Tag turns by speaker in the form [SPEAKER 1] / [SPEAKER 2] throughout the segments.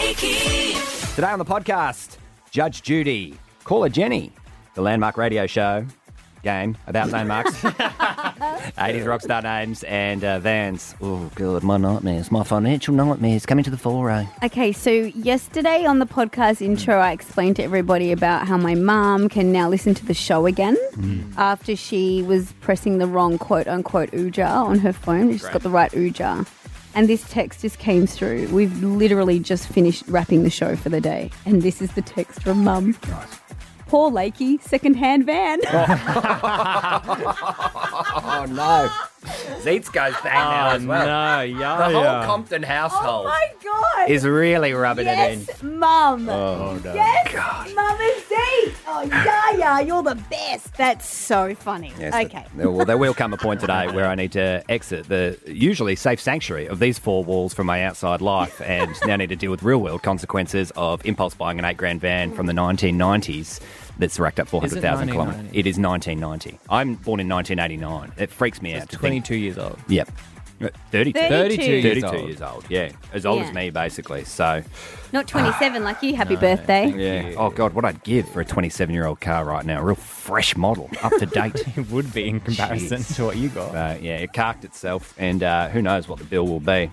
[SPEAKER 1] Today on the podcast, Judge Judy, caller Jenny, the Landmark Radio Show, game about landmarks, 80s rock star names, and uh, vans. Oh, God, my nightmares, my financial nightmares coming to the fore. eh?
[SPEAKER 2] Okay, so yesterday on the podcast intro, I explained to everybody about how my mum can now listen to the show again after she was pressing the wrong quote unquote Uja on her phone. She's got the right Uja. And this text just came through. We've literally just finished wrapping the show for the day. And this is the text from mum. Poor Lakey, secondhand van.
[SPEAKER 3] Oh no. Zeets goes bang now as well.
[SPEAKER 1] Oh, no, yeah, Oh,
[SPEAKER 3] The whole Compton household
[SPEAKER 2] Oh God.
[SPEAKER 3] is really rubbing it
[SPEAKER 2] Yes, mum.
[SPEAKER 1] Oh,
[SPEAKER 2] Yes, mum and Zeke. Oh, yeah, yeah, you're the best. That's so funny. okay.
[SPEAKER 1] There, well, there will come a point today where I need to exit the usually safe sanctuary of these four walls from my outside life and now need to deal with real world consequences of impulse buying an eight grand van from the 1990s that's racked up 400,000 kilometres.
[SPEAKER 4] 1990?
[SPEAKER 1] It is 1990. I'm born in 1989. It freaks me out.
[SPEAKER 4] It's
[SPEAKER 1] to think-
[SPEAKER 4] 22 years old.
[SPEAKER 1] Yep. 32.
[SPEAKER 2] 32 years
[SPEAKER 1] 32
[SPEAKER 4] old.
[SPEAKER 1] years old. Yeah. As old
[SPEAKER 2] Yeah.
[SPEAKER 1] as me, basically. So,
[SPEAKER 2] Not 27 like you. Happy birthday.
[SPEAKER 1] yeah. Oh, God, what I'd give for a 27 year old car right now. A real fresh model, up to date.
[SPEAKER 4] It would be in comparison
[SPEAKER 1] Jeez.
[SPEAKER 4] to what you got.
[SPEAKER 1] Uh, yeah, it carked itself, and uh, who knows what the bill will be.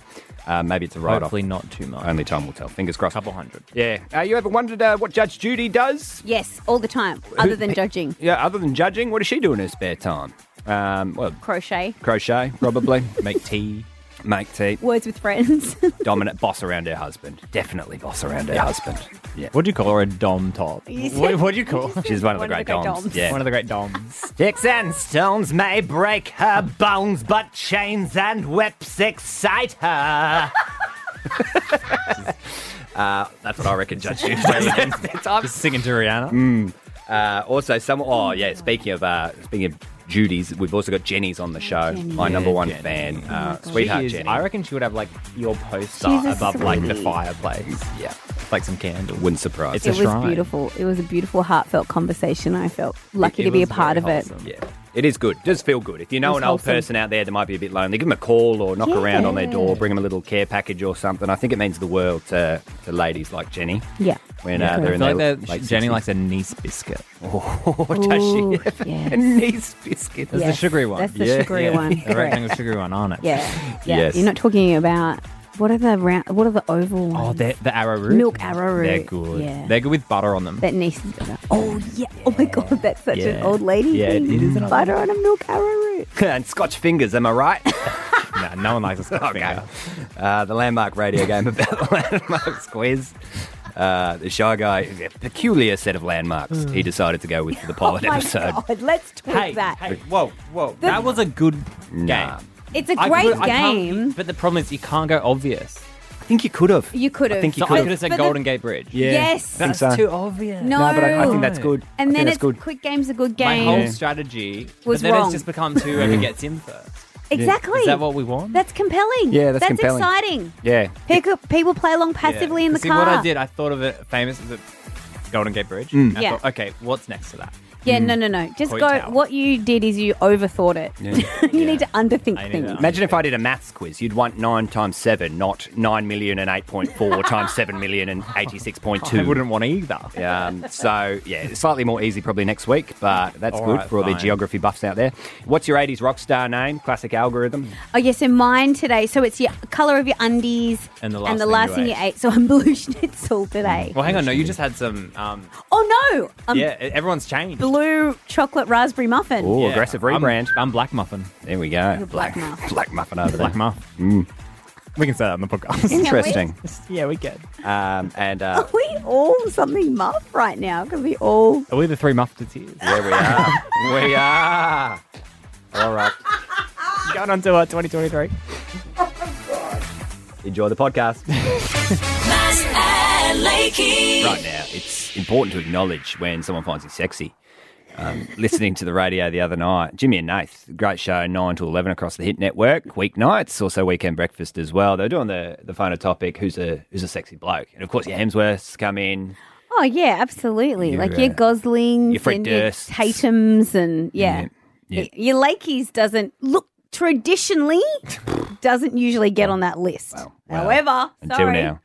[SPEAKER 1] Uh, maybe it's a write off.
[SPEAKER 4] Hopefully not too much.
[SPEAKER 1] Only time will tell. Fingers crossed.
[SPEAKER 4] couple hundred.
[SPEAKER 1] Yeah. Uh, you ever wondered uh, what Judge Judy does?
[SPEAKER 2] Yes, all the time, other than judging.
[SPEAKER 1] Yeah, other than judging, what does she do in her spare time? Um, well,
[SPEAKER 2] Crochet,
[SPEAKER 1] crochet, probably. Make tea. Make tea.
[SPEAKER 2] words with friends.
[SPEAKER 1] Dominant boss around her husband. Definitely boss around her husband. Yeah.
[SPEAKER 4] What do you call her? A dom top.
[SPEAKER 2] You
[SPEAKER 4] What,
[SPEAKER 2] said-
[SPEAKER 4] what do you call her?
[SPEAKER 1] She's one of the
[SPEAKER 2] One
[SPEAKER 1] great doms. Yeah.
[SPEAKER 4] One of the great doms.
[SPEAKER 1] Sticks and stones may break her bones, but chains and whips excite her. uh, that's what I reckon, Judge Judy.
[SPEAKER 4] Just singing to Rihanna.
[SPEAKER 1] uh, also, some. Oh, yeah. Speaking of, uh, speaking of Judy's, we've also got Jenny's on the show.
[SPEAKER 2] Jenny.
[SPEAKER 1] My number
[SPEAKER 4] Yeah,
[SPEAKER 1] one
[SPEAKER 4] Jenny.
[SPEAKER 1] fan, uh,
[SPEAKER 4] She
[SPEAKER 1] sweetheart
[SPEAKER 4] is-
[SPEAKER 1] Jenny.
[SPEAKER 4] I reckon she would have like your poster
[SPEAKER 2] She's a
[SPEAKER 4] above like the
[SPEAKER 2] sweetie.
[SPEAKER 4] fireplace.
[SPEAKER 1] yeah,
[SPEAKER 4] Like some candles.
[SPEAKER 1] wouldn't surprise.
[SPEAKER 4] It's
[SPEAKER 1] me.
[SPEAKER 2] it
[SPEAKER 4] a
[SPEAKER 2] was
[SPEAKER 4] shrine.
[SPEAKER 2] beautiful. It was a beautiful, heartfelt conversation. I felt lucky to be a
[SPEAKER 4] was
[SPEAKER 2] part of
[SPEAKER 4] very
[SPEAKER 2] it.
[SPEAKER 4] wholesome.
[SPEAKER 1] Yeah. It is good. Does feel good. If you know
[SPEAKER 2] It's
[SPEAKER 1] an old
[SPEAKER 2] wholesome.
[SPEAKER 1] person out there that might be a bit lonely, give them a call or knock around on their
[SPEAKER 2] Yeah.
[SPEAKER 1] door, bring them a little care package or something. I think it means the world to, to ladies like Jenny.
[SPEAKER 2] Yeah.
[SPEAKER 1] When
[SPEAKER 2] Yeah.
[SPEAKER 1] uh, they're
[SPEAKER 4] I
[SPEAKER 1] in
[SPEAKER 4] feel like
[SPEAKER 1] their
[SPEAKER 4] that-
[SPEAKER 1] late
[SPEAKER 4] Jenny
[SPEAKER 1] 60s.
[SPEAKER 4] likes a niece biscuit.
[SPEAKER 1] what does
[SPEAKER 2] Ooh,
[SPEAKER 1] she have?
[SPEAKER 2] yes.
[SPEAKER 1] A nice biscuit.
[SPEAKER 4] That's
[SPEAKER 2] Yes,
[SPEAKER 4] the sugary one.
[SPEAKER 2] that's the sugary one,
[SPEAKER 4] The
[SPEAKER 2] correct.
[SPEAKER 4] rectangle sugary one, aren't it?
[SPEAKER 2] Yeah. yeah.
[SPEAKER 1] Yes.
[SPEAKER 2] You're not talking about what are the round, what are the oval ones?
[SPEAKER 4] Oh, the, the arrowroot.
[SPEAKER 2] Milk arrowroot.
[SPEAKER 4] They're good.
[SPEAKER 2] Yeah.
[SPEAKER 4] They're good with butter on them.
[SPEAKER 2] That niece is gonna. Oh yeah. Oh my god, that's such an
[SPEAKER 4] Yeah.
[SPEAKER 2] old lady
[SPEAKER 4] Yeah, it
[SPEAKER 2] thing.
[SPEAKER 4] is an old
[SPEAKER 2] Butter on a milk arrowroot.
[SPEAKER 1] and Scotch fingers, am I right?
[SPEAKER 4] no, no one likes a Scotch
[SPEAKER 1] okay.
[SPEAKER 4] finger.
[SPEAKER 1] Uh, the landmark radio game about landmarks quiz. Uh, the shy guy, a peculiar set of landmarks. He decided to go with for the pilot
[SPEAKER 2] Hmm. oh my
[SPEAKER 1] episode.
[SPEAKER 2] God, let's tweak
[SPEAKER 4] Hey,
[SPEAKER 2] that.
[SPEAKER 4] hey, whoa, whoa. that was a good
[SPEAKER 1] Nah.
[SPEAKER 4] game.
[SPEAKER 2] It's a
[SPEAKER 4] I
[SPEAKER 2] great
[SPEAKER 4] could- I can't-
[SPEAKER 2] game.
[SPEAKER 4] but the problem is you can't go obvious.
[SPEAKER 1] I think you could have.
[SPEAKER 2] You could
[SPEAKER 1] I
[SPEAKER 2] have.
[SPEAKER 1] think you
[SPEAKER 4] So
[SPEAKER 1] could
[SPEAKER 4] I
[SPEAKER 1] have.
[SPEAKER 4] could have said
[SPEAKER 2] But the-
[SPEAKER 4] Golden Gate Bridge.
[SPEAKER 2] Yes.
[SPEAKER 1] Think so.
[SPEAKER 4] obvious.
[SPEAKER 2] No.
[SPEAKER 1] No, but I, I think that's good. I
[SPEAKER 2] and
[SPEAKER 1] think
[SPEAKER 2] then
[SPEAKER 1] that's
[SPEAKER 2] it's
[SPEAKER 1] good.
[SPEAKER 2] quick game's a good
[SPEAKER 4] My
[SPEAKER 2] game.
[SPEAKER 4] whole strategy
[SPEAKER 2] Was
[SPEAKER 4] but then
[SPEAKER 2] wrong.
[SPEAKER 4] it's just become to whoever gets in first.
[SPEAKER 2] Exactly.
[SPEAKER 4] Is that what we want?
[SPEAKER 2] That's compelling.
[SPEAKER 1] Yeah, that's compelling.
[SPEAKER 2] exciting.
[SPEAKER 1] Yeah.
[SPEAKER 2] People, people play along
[SPEAKER 4] Yeah.
[SPEAKER 2] passively in the
[SPEAKER 4] See,
[SPEAKER 2] car.
[SPEAKER 4] what I did, I thought of it famous as a Golden Gate Bridge.
[SPEAKER 1] Mm.
[SPEAKER 4] and I
[SPEAKER 2] Yeah.
[SPEAKER 4] thought, okay, what's next to that?
[SPEAKER 2] Yeah, no, no, no. Just
[SPEAKER 4] Coin
[SPEAKER 2] go.
[SPEAKER 4] tower.
[SPEAKER 2] What you did is you overthought it. you need to underthink
[SPEAKER 4] I need
[SPEAKER 2] things.
[SPEAKER 4] to-
[SPEAKER 1] Imagine if I did a maths quiz. You'd want 9 times 7, not 9 million and 8.4 times 7 million and 86.2.
[SPEAKER 4] I wouldn't want either.
[SPEAKER 1] Um, so yeah, slightly more easy probably next week, but that's
[SPEAKER 4] All
[SPEAKER 1] good
[SPEAKER 4] right,
[SPEAKER 1] for all the
[SPEAKER 4] fine.
[SPEAKER 1] geography buffs out there. What's your '80s rock star name? Classic algorithm.
[SPEAKER 2] Oh yeah, so mine today. So it's your color of your undies
[SPEAKER 4] And the last thing you
[SPEAKER 2] thing you
[SPEAKER 4] ate.
[SPEAKER 2] ate. So I'm blue schnitzel today.
[SPEAKER 4] Well, hang on. No, you just had some. Um,
[SPEAKER 2] Oh no, I'm
[SPEAKER 4] yeah, e-, everyone's changed.
[SPEAKER 2] blue chocolate raspberry muffin.
[SPEAKER 1] Oh,
[SPEAKER 4] Yeah,
[SPEAKER 1] aggressive
[SPEAKER 4] I'm-
[SPEAKER 1] rebrand.
[SPEAKER 4] I'm, Black Muffin.
[SPEAKER 1] there we go.
[SPEAKER 2] You're black muff.
[SPEAKER 1] black muffin over there.
[SPEAKER 4] Black Muff. We can say that on the podcast.
[SPEAKER 1] Interesting.
[SPEAKER 4] yeah, we get.
[SPEAKER 1] Um, and uh,
[SPEAKER 2] Are we all something muff right now? Because we all
[SPEAKER 4] Are we the three Mufketeers?
[SPEAKER 1] there we are. we are. All right.
[SPEAKER 4] Going on to uh, 2023.
[SPEAKER 1] Enjoy the podcast.
[SPEAKER 5] Mass and Lakey.
[SPEAKER 1] right now, it's important to acknowledge when someone finds you sexy. Um, listening to the radio the other night, Jimmy and Nath, great show, 9 to 11 across the Hit Network, weeknights, also weekend breakfast as well. They were doing the, the final topic, who's a who's a sexy bloke? And of course, your Hemsworths come in.
[SPEAKER 2] Oh yeah, absolutely.
[SPEAKER 1] Your,
[SPEAKER 2] like your
[SPEAKER 1] uh,
[SPEAKER 2] Goslings,
[SPEAKER 1] your Fred
[SPEAKER 2] and your
[SPEAKER 1] Dursts.
[SPEAKER 2] Tatum's, and yeah,
[SPEAKER 1] Yeah, yeah.
[SPEAKER 2] Y- your Lakeys doesn't look traditionally doesn't usually get on that list.
[SPEAKER 1] Well, well,
[SPEAKER 2] However,
[SPEAKER 1] Until
[SPEAKER 2] sorry,
[SPEAKER 1] now.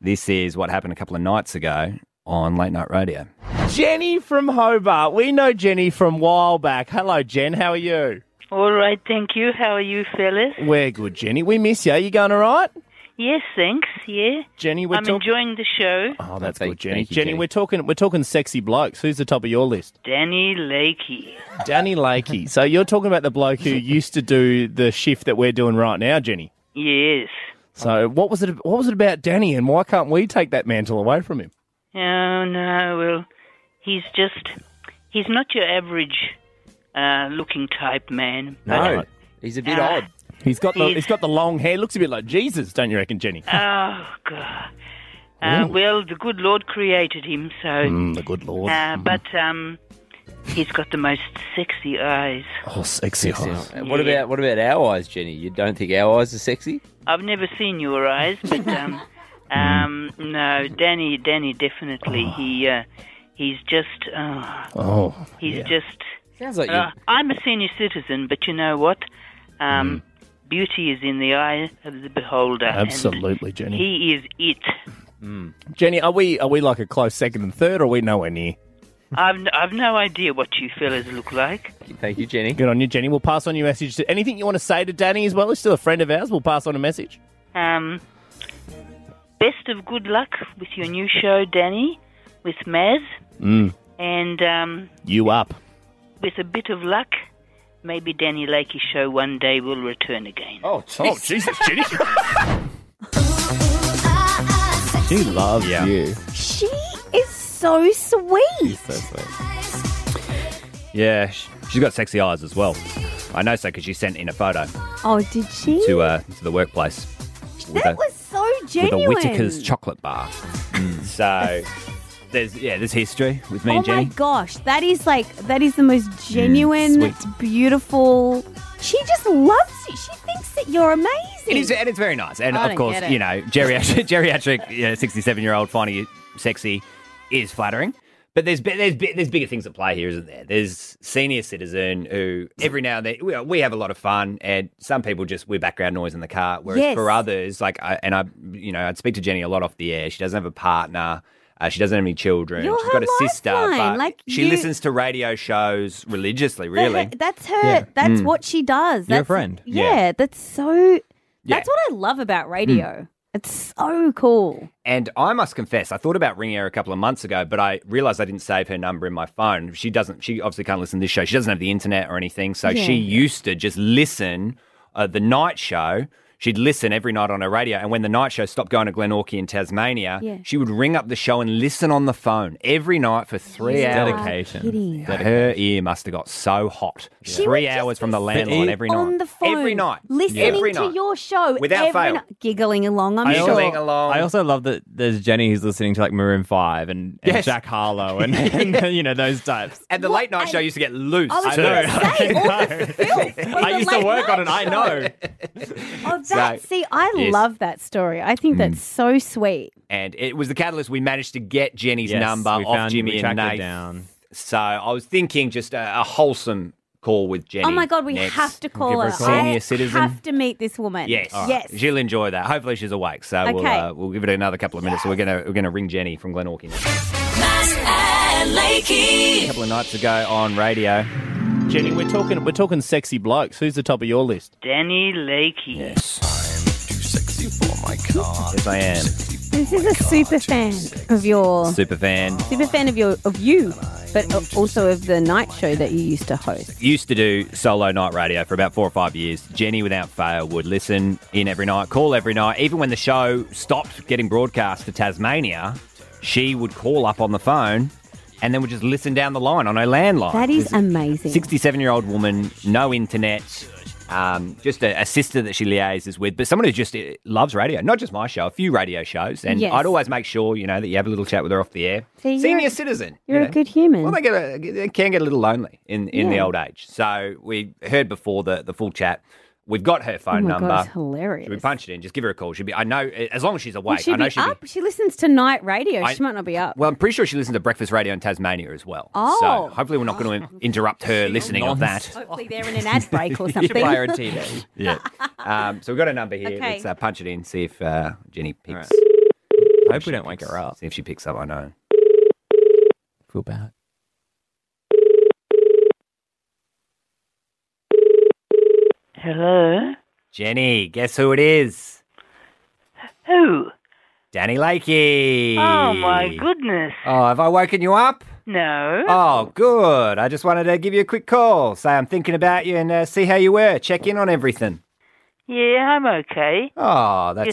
[SPEAKER 1] This is what happened a couple of nights ago on late night radio.
[SPEAKER 6] Jenny from Hobart. We know Jenny from a while back. Hello, Jen. How are you?
[SPEAKER 7] All right, thank you. How are you, fellas?
[SPEAKER 6] We're good, Jenny. We miss you. Are you going all right?
[SPEAKER 7] Yes, thanks. Yeah.
[SPEAKER 6] Jenny, we're
[SPEAKER 7] I'm
[SPEAKER 6] talk-
[SPEAKER 7] enjoying the show.
[SPEAKER 6] Oh, that's good, Jenny.
[SPEAKER 7] thank you,
[SPEAKER 6] Jenny,
[SPEAKER 7] Jenny.
[SPEAKER 6] we're talking we're talking sexy blokes. Who's the top of your list?
[SPEAKER 7] Danny Lakey.
[SPEAKER 6] Danny Lakey. so you're talking about the bloke who used to do the shift that we're doing right now, Jenny.
[SPEAKER 7] Yes.
[SPEAKER 6] So what was it? What was it about Danny, and why can't we take that mantle away from him?
[SPEAKER 7] Oh no, well, he's just—he's not your average uh, looking type man. but-
[SPEAKER 6] he's
[SPEAKER 7] a bit Ah. odd.
[SPEAKER 6] He's got the
[SPEAKER 7] He's-
[SPEAKER 6] he's got the long hair. Looks a bit like Jesus, don't you reckon, Jenny?
[SPEAKER 7] Oh God. Uh,
[SPEAKER 6] Ooh.
[SPEAKER 7] well, the good Lord created him, so.
[SPEAKER 6] Mm, the good Lord.
[SPEAKER 7] Uh, but um, he's got the most sexy eyes.
[SPEAKER 6] Oh, sexy,
[SPEAKER 8] eyes. What about what about our eyes, Jenny? You don't think our eyes are sexy?
[SPEAKER 7] I've never seen your eyes, but um, um, no, Danny, Danny, definitely. He, uh, he's just, uh,
[SPEAKER 6] Oh,
[SPEAKER 7] he's
[SPEAKER 8] yeah.
[SPEAKER 7] just.
[SPEAKER 8] Sounds like
[SPEAKER 7] uh,
[SPEAKER 8] you-
[SPEAKER 7] I'm a senior citizen, but you know what?
[SPEAKER 6] Mm.
[SPEAKER 7] Um, Beauty is in the eye of the beholder. and
[SPEAKER 6] Absolutely, Jenny.
[SPEAKER 7] He is it.
[SPEAKER 6] Jenny, are we are we like a close second and third, or are we nowhere near?
[SPEAKER 7] I've, n- I've no idea what you fellas look like.
[SPEAKER 6] Thank you, Jenny. Good on you, Jenny. We'll pass on your message to anything you want to say to Danny as well. He's still a friend of ours. We'll pass on a message.
[SPEAKER 7] Um, best of good luck with your new show, Danny, with Maz,
[SPEAKER 6] Mm.
[SPEAKER 7] and um,
[SPEAKER 6] You up?
[SPEAKER 7] with a bit of luck, maybe Danny Lakey's show one day will return again.
[SPEAKER 6] Oh,
[SPEAKER 1] Oh,
[SPEAKER 6] Jesus, Jenny. She loves you.
[SPEAKER 2] She is so sweet.
[SPEAKER 1] Yeah, sh- she's got sexy eyes as well. I know so because she sent in a photo
[SPEAKER 2] Oh, did she?
[SPEAKER 1] to uh, to the workplace with
[SPEAKER 2] that
[SPEAKER 1] a,
[SPEAKER 2] was so
[SPEAKER 1] with a
[SPEAKER 2] genuine.
[SPEAKER 1] Whitaker's chocolate bar. so there's yeah, there's history with me
[SPEAKER 2] Mm. oh
[SPEAKER 1] and Jenny.
[SPEAKER 2] my gosh, that is like that is the most genuine,
[SPEAKER 1] sweet.
[SPEAKER 2] beautiful. She just loves you. She thinks that you're amazing.
[SPEAKER 1] It is, and it's very nice. And
[SPEAKER 2] I
[SPEAKER 1] of
[SPEAKER 2] don't
[SPEAKER 1] course,
[SPEAKER 2] get it.
[SPEAKER 1] you know, geriatric, geriatric, sixty-seven-year-old finding it sexy is flattering. But there's bi- there's bi- there's bigger things at play here, isn't there? There's senior citizen who every now and then we, we have a lot of fun, and some people just we're background noise in the car. Whereas
[SPEAKER 4] Yes.
[SPEAKER 1] for others, like I, and I, you know, I'd speak to Jenny a lot off the air. She doesn't have a partner. Uh, she doesn't have any children.
[SPEAKER 2] You're
[SPEAKER 1] She's got
[SPEAKER 2] her
[SPEAKER 1] a sister,
[SPEAKER 2] lifeline,
[SPEAKER 1] but
[SPEAKER 2] like
[SPEAKER 1] she
[SPEAKER 2] you-
[SPEAKER 1] listens to radio shows religiously.
[SPEAKER 2] That-
[SPEAKER 1] Really,
[SPEAKER 2] that's her.
[SPEAKER 1] Yeah.
[SPEAKER 2] That's
[SPEAKER 1] Mm.
[SPEAKER 2] what she does.
[SPEAKER 1] You're a
[SPEAKER 2] That's,
[SPEAKER 1] friend.
[SPEAKER 2] Yeah,
[SPEAKER 1] Yeah.
[SPEAKER 2] that's so.
[SPEAKER 1] Yeah. Mm.
[SPEAKER 2] That's what I love about radio. It's so cool.
[SPEAKER 1] And I must confess, I thought about ringing her a couple of months ago, but I realized I didn't save her number in my phone. She doesn't. She obviously can't listen to this show. She doesn't have the internet or anything. So
[SPEAKER 4] Yeah.
[SPEAKER 1] she used to just listen uh, the night show. She'd listen every night on her radio, and when the night show stopped going to Glenorchy in Tasmania,
[SPEAKER 4] Yeah.
[SPEAKER 1] she would ring up the show and listen on the phone every night for three
[SPEAKER 4] You
[SPEAKER 1] hours.
[SPEAKER 4] are Dedication. kidding.
[SPEAKER 1] Her ear must have got so hot.
[SPEAKER 2] She
[SPEAKER 1] Three
[SPEAKER 2] would just
[SPEAKER 1] hours from
[SPEAKER 2] be
[SPEAKER 1] the landline
[SPEAKER 2] sitting
[SPEAKER 1] every night.
[SPEAKER 2] on the phone
[SPEAKER 1] Every night.
[SPEAKER 2] listening
[SPEAKER 1] Every
[SPEAKER 2] to
[SPEAKER 1] night.
[SPEAKER 2] your show
[SPEAKER 1] Without
[SPEAKER 2] every
[SPEAKER 1] fail.
[SPEAKER 2] night, giggling along. I'm sure.
[SPEAKER 1] along.
[SPEAKER 9] I also love that there's Jenny who's listening to like Maroon Five and, and
[SPEAKER 1] Yes.
[SPEAKER 9] Jack Harlow and, and you know those types.
[SPEAKER 1] And the late night show used to get loose.
[SPEAKER 9] I was
[SPEAKER 1] too.
[SPEAKER 9] gonna
[SPEAKER 2] I
[SPEAKER 9] used to work on it. I know.
[SPEAKER 2] Oh, that
[SPEAKER 1] So-
[SPEAKER 2] see, I
[SPEAKER 1] Yes. Mm.
[SPEAKER 2] love that story. I think that's so sweet.
[SPEAKER 1] and it was the catalyst. We managed to get Jenny's
[SPEAKER 9] Yes,
[SPEAKER 1] number
[SPEAKER 9] we
[SPEAKER 1] off
[SPEAKER 9] found-
[SPEAKER 1] Jimmy
[SPEAKER 9] we
[SPEAKER 1] and
[SPEAKER 9] tracked her
[SPEAKER 1] Nate.
[SPEAKER 9] down.
[SPEAKER 1] So I was thinking just a, a wholesome call with Jenny.
[SPEAKER 2] oh my god, we
[SPEAKER 1] next.
[SPEAKER 2] have to call her.
[SPEAKER 1] Senior
[SPEAKER 2] I
[SPEAKER 1] citizen.
[SPEAKER 2] have to meet this woman.
[SPEAKER 1] Yes,
[SPEAKER 2] yes.
[SPEAKER 1] She'll enjoy that. Hopefully, she's awake. So we'll
[SPEAKER 2] Okay.
[SPEAKER 1] uh, we'll give it another couple of minutes. So we're gonna we're gonna ring Jenny from Glenorchy.
[SPEAKER 5] Mass and
[SPEAKER 1] A
[SPEAKER 5] Lakey.
[SPEAKER 1] couple of nights ago on radio,
[SPEAKER 6] Jenny, we're talking we're talking sexy blokes. Who's the top of your list?
[SPEAKER 7] Danny Lakey.
[SPEAKER 1] yes, I am
[SPEAKER 2] This is a super fan of your
[SPEAKER 1] super fan.
[SPEAKER 2] super fan of your of you, but a- also of the night show that you used to host.
[SPEAKER 1] used to do solo night radio for about four or five years. Jenny, without fail, would listen in every night, call every night. Even when the show stopped getting broadcast to Tasmania, she would call up on the phone and then would just listen down the line on her landline.
[SPEAKER 2] That is amazing.
[SPEAKER 1] 67 year old woman, no internet, um, just a, a sister that she liaises with, but someone who just uh, loves radio. Not just my show, a few radio shows. And
[SPEAKER 2] Yes.
[SPEAKER 1] I'd always make sure, you know, that you have a little chat with her off the air.
[SPEAKER 2] See, you're
[SPEAKER 1] Senior
[SPEAKER 2] a-
[SPEAKER 1] citizen.
[SPEAKER 2] You're
[SPEAKER 1] you
[SPEAKER 2] a
[SPEAKER 1] know.
[SPEAKER 2] good human.
[SPEAKER 1] Well, they get a, they can get a little lonely in, in the
[SPEAKER 2] Yeah.
[SPEAKER 1] old age. So we heard before the, the full chat. We've got her
[SPEAKER 2] oh
[SPEAKER 1] phone
[SPEAKER 2] my
[SPEAKER 1] number.
[SPEAKER 2] god, it's hilarious.
[SPEAKER 1] Should we punch it in? Just give her a call. She'll be. I know as long as she's
[SPEAKER 2] Well,
[SPEAKER 1] awake.
[SPEAKER 2] she'd
[SPEAKER 1] I know
[SPEAKER 2] be
[SPEAKER 1] she'll
[SPEAKER 2] up. She listens to night radio.
[SPEAKER 1] I-
[SPEAKER 2] she might not be up.
[SPEAKER 1] be. Well, I'm pretty sure she listens to breakfast radio in Tasmania as well.
[SPEAKER 2] Oh.
[SPEAKER 1] So hopefully we're not going to interrupt her listening of that.
[SPEAKER 2] Hopefully, they're in an ad break or
[SPEAKER 1] You
[SPEAKER 2] something.
[SPEAKER 1] guarantee that. yeah. Um, so we've got a number here.
[SPEAKER 2] Okay.
[SPEAKER 1] Let's uh, punch it in. See if uh, Jenny picks.
[SPEAKER 9] hope we don't wake her up.
[SPEAKER 1] See if she picks up. I know.
[SPEAKER 9] Feel bad.
[SPEAKER 7] Hello?
[SPEAKER 1] Jenny, guess who it is?
[SPEAKER 7] Who?
[SPEAKER 1] Danny Lakey.
[SPEAKER 7] Oh my goodness.
[SPEAKER 1] Oh, have I woken you up?
[SPEAKER 7] No.
[SPEAKER 1] Oh, good. I just wanted to give you a quick call, say I'm thinking about you, and uh, see how you were. Check in on everything.
[SPEAKER 7] Yeah, I'm okay.
[SPEAKER 1] Oh, that's
[SPEAKER 7] You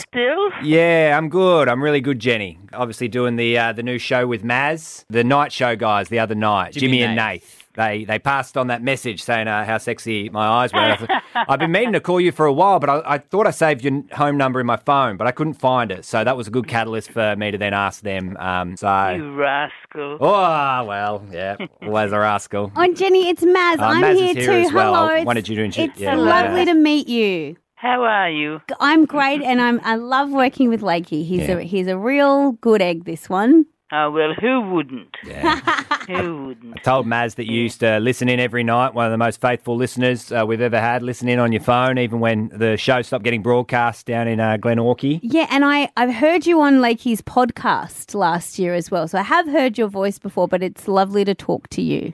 [SPEAKER 7] still?
[SPEAKER 1] Yeah, I'm good. I'm really good, Jenny. Obviously, doing the uh, the new show with Maz, the night show guys. The other night, Jimmy,
[SPEAKER 9] Jimmy
[SPEAKER 1] and Nath. They they passed on that message saying uh, how sexy my eyes were. I thought, I've been meaning to call you for a while, but I, I thought I saved your n- home number in my phone, but I couldn't find it. So that was a good catalyst for me to then ask them. Um, so.
[SPEAKER 7] You rascal.
[SPEAKER 1] Oh well, yeah, always a rascal.
[SPEAKER 2] Oh, Jenny, it's Maz.
[SPEAKER 1] Uh,
[SPEAKER 2] I'm
[SPEAKER 1] Maz is
[SPEAKER 2] here,
[SPEAKER 1] here
[SPEAKER 2] too.
[SPEAKER 1] as well.
[SPEAKER 2] Hello. it's-
[SPEAKER 1] Wanted you to intro-
[SPEAKER 2] It's
[SPEAKER 1] yeah,
[SPEAKER 2] lovely
[SPEAKER 1] Maz.
[SPEAKER 2] to meet you.
[SPEAKER 7] How are you?
[SPEAKER 2] I'm great, and I'm I love working with Lakey. He's a he's a real good egg. This one.
[SPEAKER 7] Oh, well, who wouldn't? who wouldn't?
[SPEAKER 1] I told Maz that you used to listen in every night, one of the most faithful listeners uh, we've ever had, listen in on your phone, even when the show stopped getting broadcast down in uh, Glenorchy.
[SPEAKER 2] Yeah, and I I've heard you on Lakey's podcast last year as well. So I have heard your voice before, but it's lovely to talk to you.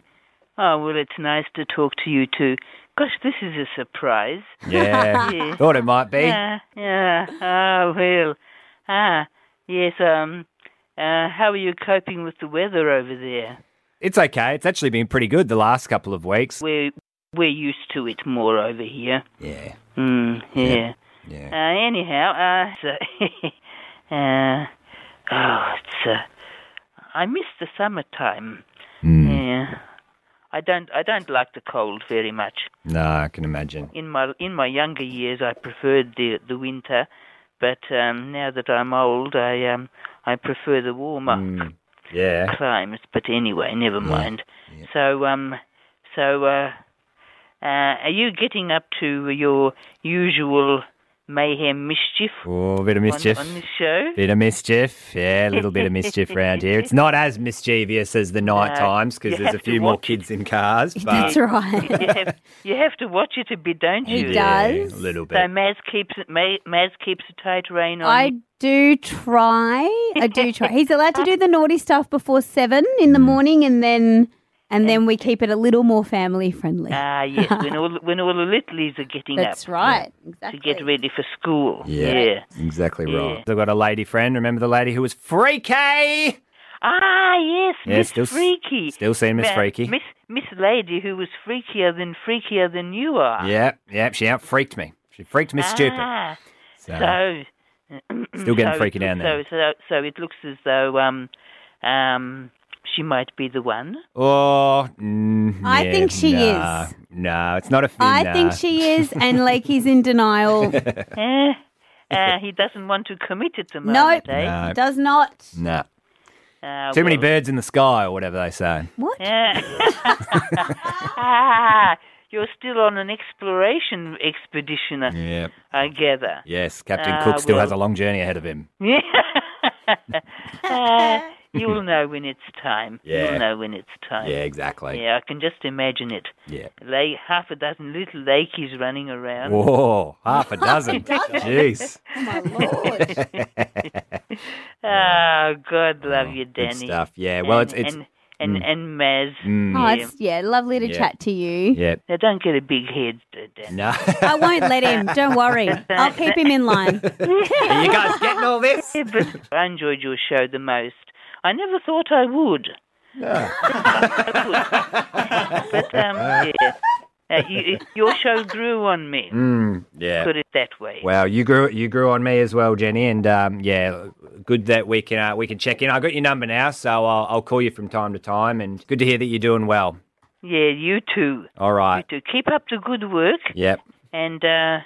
[SPEAKER 7] Oh, well, it's nice to talk to you too. Gosh, this is a surprise.
[SPEAKER 1] Yeah,
[SPEAKER 7] Yeah.
[SPEAKER 1] thought it might be.
[SPEAKER 7] Yeah, yeah. Oh, well. Ah, yes, um, uh, how are you coping with the weather over there?
[SPEAKER 1] It's okay. It's actually been pretty good the last couple of weeks.
[SPEAKER 7] We're, we're used to it more over here.
[SPEAKER 1] Yeah,
[SPEAKER 7] Mm, yeah.
[SPEAKER 1] yeah.
[SPEAKER 7] Uh, anyhow, uh, so, uh, oh, it's, uh, I miss the summertime.
[SPEAKER 1] Hmm.
[SPEAKER 7] Yeah. I don't, I don't like the cold very much.
[SPEAKER 1] No, I can imagine.
[SPEAKER 7] in my in my younger years, I preferred the the winter, but um, now that I'm old, I um, I prefer the warmer
[SPEAKER 1] Hmm. Yeah.
[SPEAKER 7] climes. But anyway, never mind. So um, so uh, uh, are you getting up to your usual mayhem mischief
[SPEAKER 1] Oh, a bit of
[SPEAKER 7] on,
[SPEAKER 1] mischief.
[SPEAKER 7] on this show?
[SPEAKER 1] Bit of mischief, yeah, a little bit of mischief around here. It's not as mischievous as the night times
[SPEAKER 7] you
[SPEAKER 1] because there's a
[SPEAKER 7] have to
[SPEAKER 1] few more
[SPEAKER 7] watch
[SPEAKER 1] kids in cars. But
[SPEAKER 2] That's right.
[SPEAKER 7] you have you have to watch it a bit, don't
[SPEAKER 2] He does.
[SPEAKER 7] you?
[SPEAKER 1] Yeah, a little
[SPEAKER 7] So
[SPEAKER 1] bit.
[SPEAKER 7] Maz keeps it- Ma- Maz keeps a tight rein on.
[SPEAKER 2] I do try. I do try. He's allowed to do the naughty stuff before seven in
[SPEAKER 7] Mm.
[SPEAKER 2] the morning, and then and then we keep it a little more family friendly.
[SPEAKER 7] Ah, yes, when all when all the littlies are getting
[SPEAKER 2] That's
[SPEAKER 7] up
[SPEAKER 2] right.
[SPEAKER 7] to
[SPEAKER 2] Exactly.
[SPEAKER 7] get ready for school. yeah.
[SPEAKER 1] Exactly
[SPEAKER 7] Yeah.
[SPEAKER 1] right. I've got a lady friend. Remember the lady who was freaky?
[SPEAKER 7] Ah, yes,
[SPEAKER 1] Yeah,
[SPEAKER 7] Miss
[SPEAKER 1] still s-
[SPEAKER 7] Freaky.
[SPEAKER 1] Still seeing Miss
[SPEAKER 7] Ma-
[SPEAKER 1] Freaky.
[SPEAKER 7] Miss Miss Lady, who was freakier than freakier than you are.
[SPEAKER 1] Yep, yep. She out freaked me. She freaked me stupid.
[SPEAKER 7] Ah,
[SPEAKER 1] So,
[SPEAKER 7] so
[SPEAKER 1] still getting
[SPEAKER 7] so
[SPEAKER 1] freaky
[SPEAKER 7] it
[SPEAKER 1] down
[SPEAKER 7] looks-
[SPEAKER 1] there.
[SPEAKER 7] So, so so it looks as though um um she might be the one.
[SPEAKER 1] oh, mm,
[SPEAKER 2] I
[SPEAKER 1] yeah,
[SPEAKER 2] think she
[SPEAKER 1] nah,
[SPEAKER 2] is.
[SPEAKER 1] No, it's not a. Fin,
[SPEAKER 2] I
[SPEAKER 1] nah.
[SPEAKER 2] think she is, and Lakey's in denial.
[SPEAKER 7] Eh, uh, he doesn't want to commit at the
[SPEAKER 2] nope,
[SPEAKER 7] moment. Eh? Mm.
[SPEAKER 1] No.
[SPEAKER 2] does not.
[SPEAKER 1] Nah.
[SPEAKER 7] Ah,
[SPEAKER 1] Too many
[SPEAKER 7] well.
[SPEAKER 1] birds in the sky, or whatever they say.
[SPEAKER 2] What?
[SPEAKER 7] Yeah. ah, you're still on an exploration expedition, I-
[SPEAKER 1] Yeah.
[SPEAKER 7] I gather.
[SPEAKER 1] Yes, Captain
[SPEAKER 7] Ah,
[SPEAKER 1] Cook still
[SPEAKER 7] well.
[SPEAKER 1] has a long journey ahead of him.
[SPEAKER 7] Yeah. Uh, you'll know when it's time.
[SPEAKER 1] Yeah.
[SPEAKER 7] You'll know when it's time.
[SPEAKER 1] Yeah, exactly.
[SPEAKER 7] Yeah, I can just imagine it.
[SPEAKER 1] Yeah.
[SPEAKER 7] Lay, half a dozen little lakeys running around.
[SPEAKER 1] Whoa, half a dozen. Jeez.
[SPEAKER 2] My lord.
[SPEAKER 7] Oh, God love you,
[SPEAKER 1] Good
[SPEAKER 7] Danny.
[SPEAKER 1] stuff. Yeah. Well, it's
[SPEAKER 7] and,
[SPEAKER 1] it's mm.
[SPEAKER 7] and, and, and Maz.
[SPEAKER 2] Oh, it's, yeah, lovely to
[SPEAKER 1] Yeah.
[SPEAKER 2] chat to you.
[SPEAKER 1] yeah.
[SPEAKER 7] Now, don't get a big head, uh, Danny.
[SPEAKER 1] No.
[SPEAKER 2] I won't let him. Don't worry. I'll keep him in line.
[SPEAKER 1] Are you guys getting all this?
[SPEAKER 7] Yeah, but I enjoyed your show the most. I never thought I would. but um, yeah, uh, you, your show grew on me.
[SPEAKER 1] Yeah.
[SPEAKER 7] Put it that way.
[SPEAKER 1] Mm. Well, you grew you grew on me as well, Jenny, and um, yeah, good that we can uh, we can check in. I got your number now, so I'll, I'll call you from time to time, and good to hear that you're doing well.
[SPEAKER 7] Yeah, you too.
[SPEAKER 1] All right.
[SPEAKER 7] You too. Keep up the good work,
[SPEAKER 1] Yep.
[SPEAKER 7] and uh,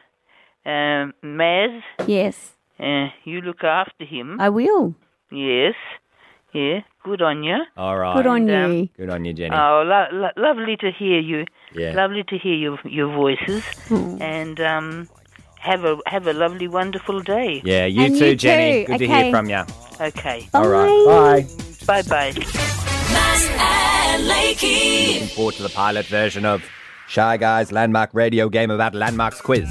[SPEAKER 7] uh, Maz,
[SPEAKER 2] Yes,
[SPEAKER 7] uh, you look after him.
[SPEAKER 2] I will.
[SPEAKER 7] yes, yeah. Good on you.
[SPEAKER 1] All right.
[SPEAKER 2] Good on Uh,
[SPEAKER 7] um,
[SPEAKER 2] you.
[SPEAKER 1] Good on you, Jenny.
[SPEAKER 7] Oh, lo- lo- lovely to hear you.
[SPEAKER 1] Yeah.
[SPEAKER 7] Lovely to hear your your voices, and um, have a have a lovely, wonderful day.
[SPEAKER 1] yeah. You
[SPEAKER 2] and
[SPEAKER 1] too,
[SPEAKER 2] you
[SPEAKER 1] Jenny.
[SPEAKER 2] too.
[SPEAKER 1] Good to
[SPEAKER 2] Okay.
[SPEAKER 1] hear from you.
[SPEAKER 7] Okay.
[SPEAKER 2] Bye.
[SPEAKER 1] All right. Bye.
[SPEAKER 7] Bye bye.
[SPEAKER 5] Mass and Lakey.
[SPEAKER 1] Looking forward to the pilot version of Shy Guys Landmark Radio Game about Landmarks Quiz.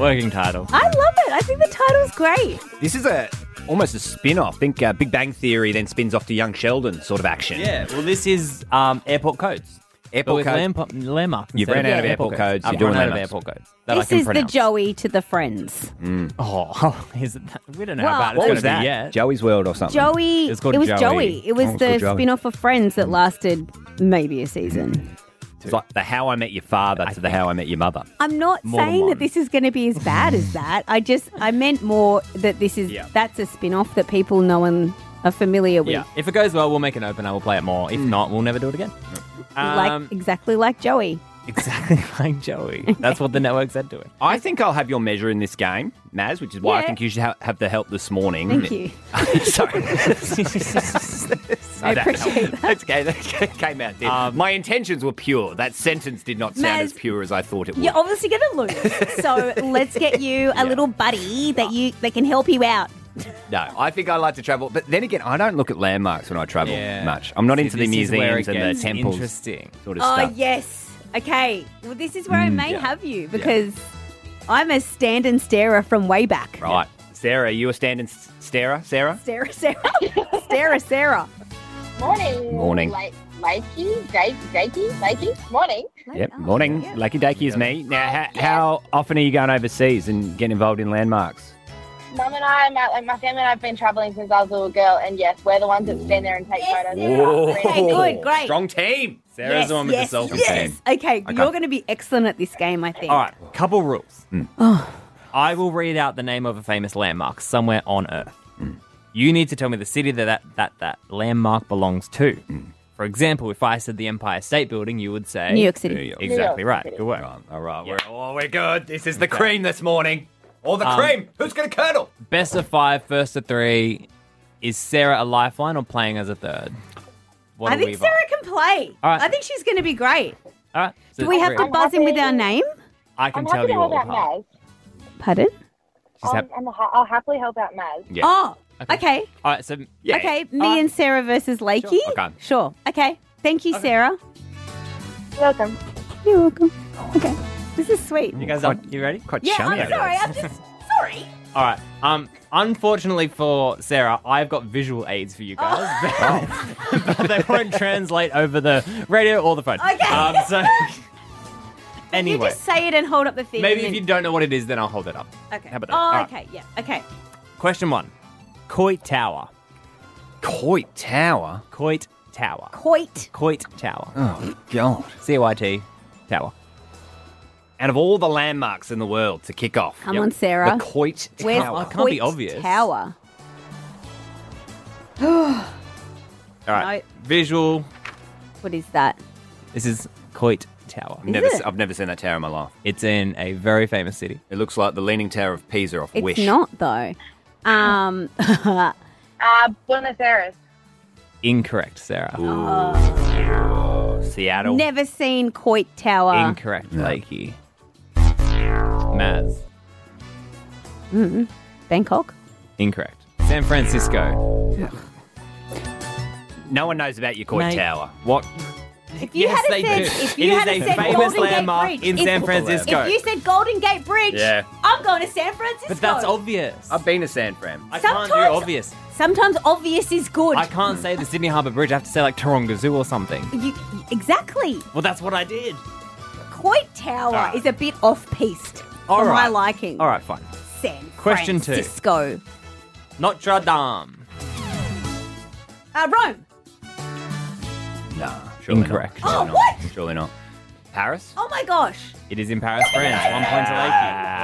[SPEAKER 9] Working title.
[SPEAKER 2] I love it. I think the title's great.
[SPEAKER 1] This is a almost a spin off. Think uh, Big Bang Theory then spins off to Young Sheldon sort of action.
[SPEAKER 4] Yeah, well, this is um, airport codes.
[SPEAKER 1] Airport
[SPEAKER 4] with
[SPEAKER 1] codes.
[SPEAKER 4] Landmark, landmark
[SPEAKER 1] You've
[SPEAKER 4] instead
[SPEAKER 1] ran out of airport codes,
[SPEAKER 4] I've
[SPEAKER 1] you're doing
[SPEAKER 4] run out of
[SPEAKER 1] landmarks.
[SPEAKER 4] airport codes. That I
[SPEAKER 2] This
[SPEAKER 4] can
[SPEAKER 2] is the
[SPEAKER 4] pronounce. Mm.
[SPEAKER 2] Joey to the friends.
[SPEAKER 4] Oh, is it that? we don't know
[SPEAKER 2] Well-
[SPEAKER 4] about it.
[SPEAKER 1] What
[SPEAKER 4] It's
[SPEAKER 1] was
[SPEAKER 4] gonna
[SPEAKER 1] that?
[SPEAKER 4] be yet.
[SPEAKER 1] Joey's World or something?
[SPEAKER 2] Joey.
[SPEAKER 4] It's called
[SPEAKER 2] it was Joey.
[SPEAKER 4] Joey.
[SPEAKER 2] It was
[SPEAKER 1] Oh, it's
[SPEAKER 2] the
[SPEAKER 1] called Joey.
[SPEAKER 2] spin off of Friends
[SPEAKER 4] Mm.
[SPEAKER 2] that lasted maybe a season.
[SPEAKER 1] It's like the How I Met Your Father to the How I Met Your Mother.
[SPEAKER 2] I'm not
[SPEAKER 4] More
[SPEAKER 2] saying that
[SPEAKER 4] modern.
[SPEAKER 2] this is going to be as bad as that. I just I meant more that this is
[SPEAKER 1] Yeah.
[SPEAKER 2] that's a spin off that people know and are familiar with,
[SPEAKER 4] Yeah. If it goes well, we'll make an opener. We'll play it more.
[SPEAKER 1] Hmm.
[SPEAKER 4] If not, we'll never do it again. Um,
[SPEAKER 2] like exactly like Joey.
[SPEAKER 4] exactly like Joey. That's what the network said to it.
[SPEAKER 1] I think I'll have your measure in this game, Maz, which is why I
[SPEAKER 2] Yeah.
[SPEAKER 1] think you should ha- have the help this morning.
[SPEAKER 2] Thank you.
[SPEAKER 1] Sorry.
[SPEAKER 2] I appreciate that.
[SPEAKER 1] That's okay. That came out. There.
[SPEAKER 4] Um,
[SPEAKER 1] My intentions were pure. That sentence did not sound
[SPEAKER 2] Maz-
[SPEAKER 1] as pure as I thought it would.
[SPEAKER 2] You're obviously going to lose, so let's get you a little buddy that you that can help you out.
[SPEAKER 1] No, I think I like to travel. But then again, I don't look at landmarks when I travel
[SPEAKER 4] Yeah.
[SPEAKER 1] much. I'm not
[SPEAKER 4] See,
[SPEAKER 1] into the
[SPEAKER 4] this is where
[SPEAKER 1] museums
[SPEAKER 4] it
[SPEAKER 1] and the
[SPEAKER 4] gets
[SPEAKER 1] temples
[SPEAKER 4] Interesting.
[SPEAKER 1] sort of
[SPEAKER 2] Oh
[SPEAKER 1] stuff.
[SPEAKER 2] yes. Okay. Well, this is where
[SPEAKER 4] Mm,
[SPEAKER 2] I may have you because I'm a stand and starer from way back.
[SPEAKER 1] Right. Sarah, you a standing s- starer, Sarah?
[SPEAKER 2] Sarah, Sarah, Sarah, Sarah.
[SPEAKER 10] Morning.
[SPEAKER 1] Morning.
[SPEAKER 10] Like, likey, dake, dakey, likey. Morning.
[SPEAKER 1] Yep. Morning. Lucky Dakey is me. Now, how, how often are you going overseas and getting involved in landmarks?
[SPEAKER 10] Mum and I, my, like my family and I have been traveling since I was a little girl, and yes, we're the ones that stand there and take photos.
[SPEAKER 1] Oh.
[SPEAKER 2] Okay, good, great.
[SPEAKER 1] Strong team.
[SPEAKER 4] Sarah's the one with
[SPEAKER 2] yes,
[SPEAKER 4] the selfie.
[SPEAKER 2] yes. Okay, you're going to be excellent at this game, I think.
[SPEAKER 4] All right, couple rules. I will read out the name of a famous landmark somewhere on Earth. You need to tell me the city that that, that, that landmark belongs to. For example, if I said the Empire State Building, you would say
[SPEAKER 2] New York City.
[SPEAKER 1] New York.
[SPEAKER 4] Exactly
[SPEAKER 10] New
[SPEAKER 4] right.
[SPEAKER 10] York City.
[SPEAKER 4] Good work.
[SPEAKER 1] All right. We're, oh, we're good. This is the cream this morning. All the cream. Who's going to curdle?
[SPEAKER 4] Best of five, first of three. Is Sarah a lifeline or playing as a third? What
[SPEAKER 2] I
[SPEAKER 4] do we
[SPEAKER 2] think
[SPEAKER 4] vote?
[SPEAKER 2] Sarah can play.
[SPEAKER 4] All right.
[SPEAKER 2] I think she's going to be great.
[SPEAKER 4] All right. so
[SPEAKER 2] Do we have
[SPEAKER 4] three.
[SPEAKER 2] to buzz in with our
[SPEAKER 10] happy.
[SPEAKER 2] name?
[SPEAKER 4] I
[SPEAKER 10] I'm
[SPEAKER 4] can
[SPEAKER 10] happy
[SPEAKER 4] tell
[SPEAKER 10] to
[SPEAKER 4] you
[SPEAKER 10] help
[SPEAKER 4] all.
[SPEAKER 10] out
[SPEAKER 4] apart.
[SPEAKER 10] Maz.
[SPEAKER 2] Pardon?
[SPEAKER 4] She's
[SPEAKER 2] Um,
[SPEAKER 10] I'm,
[SPEAKER 4] hap-
[SPEAKER 10] I'm, ha- I'll happily help out Maz.
[SPEAKER 4] Mm.
[SPEAKER 1] Yeah.
[SPEAKER 2] Oh, okay. Okay,
[SPEAKER 4] all right. So
[SPEAKER 1] Yeah.
[SPEAKER 2] me and Sarah versus Lakey.
[SPEAKER 1] Sure. Okay.
[SPEAKER 2] Sure. Okay. Thank you, Sarah.
[SPEAKER 10] Welcome.
[SPEAKER 2] You're welcome. Okay. This is sweet.
[SPEAKER 4] you guys, are, you ready?
[SPEAKER 1] Quite
[SPEAKER 2] Yeah,
[SPEAKER 1] chummy.
[SPEAKER 2] I'm sorry. I'm just sorry.
[SPEAKER 4] All right. Um, unfortunately for Sarah, I've got visual aids for you
[SPEAKER 2] Oh.
[SPEAKER 4] guys, but they won't translate over the radio or the phone.
[SPEAKER 2] Okay.
[SPEAKER 4] Um, so anyway,
[SPEAKER 2] You just say it and hold up the thing.
[SPEAKER 4] maybe if
[SPEAKER 2] and
[SPEAKER 4] you
[SPEAKER 2] then-
[SPEAKER 4] don't know what it is, then I'll hold it up.
[SPEAKER 2] Okay.
[SPEAKER 4] How about that?
[SPEAKER 2] Oh,
[SPEAKER 4] All right.
[SPEAKER 2] okay. Yeah. Okay.
[SPEAKER 4] Question one: Coit Tower.
[SPEAKER 1] Coit Tower.
[SPEAKER 4] Coit Tower.
[SPEAKER 2] Coit.
[SPEAKER 4] Coit Tower.
[SPEAKER 1] Oh, God.
[SPEAKER 4] C Y T Tower.
[SPEAKER 1] Out of all the landmarks in the world to kick off.
[SPEAKER 2] Come
[SPEAKER 1] Yep.
[SPEAKER 2] on, Sarah.
[SPEAKER 1] The Coit
[SPEAKER 2] Where's
[SPEAKER 1] Tower.
[SPEAKER 4] I can't be
[SPEAKER 2] Coit
[SPEAKER 4] obvious.
[SPEAKER 2] Tower.
[SPEAKER 4] All right.
[SPEAKER 2] No.
[SPEAKER 4] Visual.
[SPEAKER 2] What is that?
[SPEAKER 4] This is Coit Tower.
[SPEAKER 1] I've never,
[SPEAKER 2] it?
[SPEAKER 1] se- I've never seen that tower in my life.
[SPEAKER 4] It's in a very famous city.
[SPEAKER 1] It looks like the Leaning Tower of Pisa off
[SPEAKER 2] It's
[SPEAKER 1] Wish.
[SPEAKER 2] not though. Um,
[SPEAKER 10] Uh, Buenos Aires.
[SPEAKER 4] Incorrect, Sarah.
[SPEAKER 1] Seattle.
[SPEAKER 2] never seen Coit Tower.
[SPEAKER 4] Incorrect, Lakey. Maz.
[SPEAKER 2] Bangkok.
[SPEAKER 4] Incorrect. San Francisco.
[SPEAKER 1] No one knows about your Coit
[SPEAKER 4] Mate.
[SPEAKER 1] Tower. What?
[SPEAKER 2] If you had
[SPEAKER 4] they
[SPEAKER 2] said,
[SPEAKER 4] do.
[SPEAKER 2] if you
[SPEAKER 4] It
[SPEAKER 2] had
[SPEAKER 4] is a
[SPEAKER 2] said
[SPEAKER 4] famous
[SPEAKER 2] Golden
[SPEAKER 4] landmark
[SPEAKER 2] Gate Bridge
[SPEAKER 4] in
[SPEAKER 2] if-
[SPEAKER 4] San Francisco.
[SPEAKER 2] If you said Golden Gate Bridge,
[SPEAKER 1] Yeah.
[SPEAKER 2] I'm going to San Francisco.
[SPEAKER 4] But that's obvious.
[SPEAKER 1] I've been to San Fran.
[SPEAKER 4] I can't do
[SPEAKER 2] Sometimes-
[SPEAKER 4] obvious.
[SPEAKER 2] Sometimes obvious is good.
[SPEAKER 4] I can't say the Sydney Harbour Bridge. I have to say like Taronga Zoo or something.
[SPEAKER 2] You, exactly.
[SPEAKER 4] Well, that's what I did.
[SPEAKER 2] Coit Tower
[SPEAKER 4] Alright.
[SPEAKER 2] is a bit off-piste for my liking.
[SPEAKER 4] All right, fine.
[SPEAKER 2] San
[SPEAKER 4] Question two.
[SPEAKER 2] Francisco.
[SPEAKER 4] Notre Dame.
[SPEAKER 2] Uh, Rome.
[SPEAKER 1] Nah, surely
[SPEAKER 4] Incorrect.
[SPEAKER 1] Not. Surely
[SPEAKER 2] Oh,
[SPEAKER 1] not.
[SPEAKER 2] what?
[SPEAKER 1] Surely not. Paris?
[SPEAKER 2] Oh my gosh.
[SPEAKER 4] It is in Paris, France. One point to Lakey.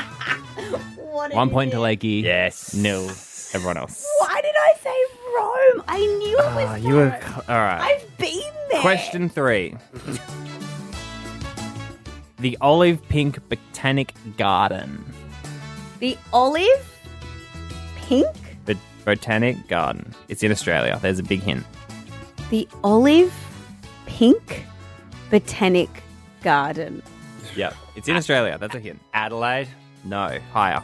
[SPEAKER 4] Well done.
[SPEAKER 2] What
[SPEAKER 4] One
[SPEAKER 2] an
[SPEAKER 4] point to
[SPEAKER 2] idiot.
[SPEAKER 4] Lakey.
[SPEAKER 1] Yes.
[SPEAKER 4] Nil. Everyone else.
[SPEAKER 2] Why did I say Rome? I knew it was
[SPEAKER 4] Ah,
[SPEAKER 2] Rome.
[SPEAKER 4] you were. All right.
[SPEAKER 2] I've been there.
[SPEAKER 4] Question three. the olive pink botanic garden.
[SPEAKER 2] The olive pink.
[SPEAKER 4] The botanic garden. It's in Australia. There's a big hint.
[SPEAKER 2] The olive pink botanic garden.
[SPEAKER 4] Yep. It's in Australia. That's a hint. Adelaide? No. Higher.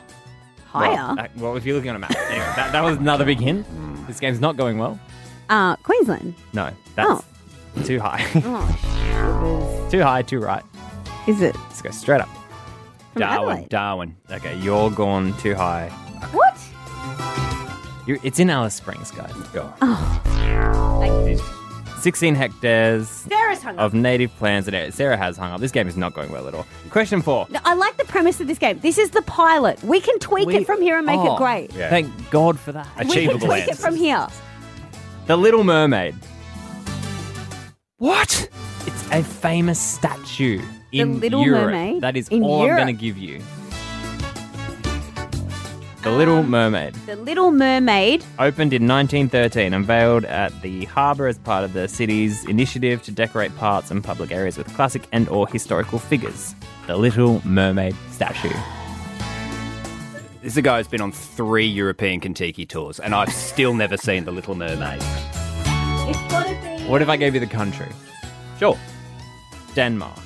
[SPEAKER 2] Higher.
[SPEAKER 4] Well, uh, well, if you're looking on a map. Anyway, that, that was another big hint. This game's not going well.
[SPEAKER 2] Uh, Queensland.
[SPEAKER 4] No. That's too high.
[SPEAKER 2] Oh,
[SPEAKER 4] too high, too right.
[SPEAKER 2] shivers. is it
[SPEAKER 4] Let's go straight up.
[SPEAKER 2] from
[SPEAKER 1] Darwin.
[SPEAKER 2] Adelaide?
[SPEAKER 1] Darwin.
[SPEAKER 4] Okay, you're gone too high.
[SPEAKER 2] What?
[SPEAKER 4] You're, it's in Alice Springs, guys.
[SPEAKER 2] Like,
[SPEAKER 4] 16 hectares
[SPEAKER 2] Sarah's hung up.
[SPEAKER 4] of native plants and areas. Sarah has hung up. This game is not going well at all. Question four.
[SPEAKER 2] No, I like the premise of this game. This is the pilot. We can tweak
[SPEAKER 4] We-
[SPEAKER 2] it from here and make
[SPEAKER 4] Oh,
[SPEAKER 2] it great.
[SPEAKER 4] Thank God for that.
[SPEAKER 2] we can tweak it from here.
[SPEAKER 4] The Little Mermaid. What? It's a famous statue
[SPEAKER 2] The
[SPEAKER 4] in
[SPEAKER 2] Little
[SPEAKER 4] Europe.
[SPEAKER 2] Mermaid
[SPEAKER 4] That is
[SPEAKER 2] in
[SPEAKER 4] all I'm going
[SPEAKER 2] Europe.
[SPEAKER 4] to give you. The Little Mermaid.
[SPEAKER 2] The Little Mermaid.
[SPEAKER 4] Opened in 1913, unveiled at the harbour as part of the city's initiative to decorate parks and public areas with classic and or historical figures. The Little Mermaid statue.
[SPEAKER 1] This is a guy who's been on three European Kentucky tours, and I've still never seen The Little Mermaid.
[SPEAKER 4] What if I gave you the country? Sure. Denmark.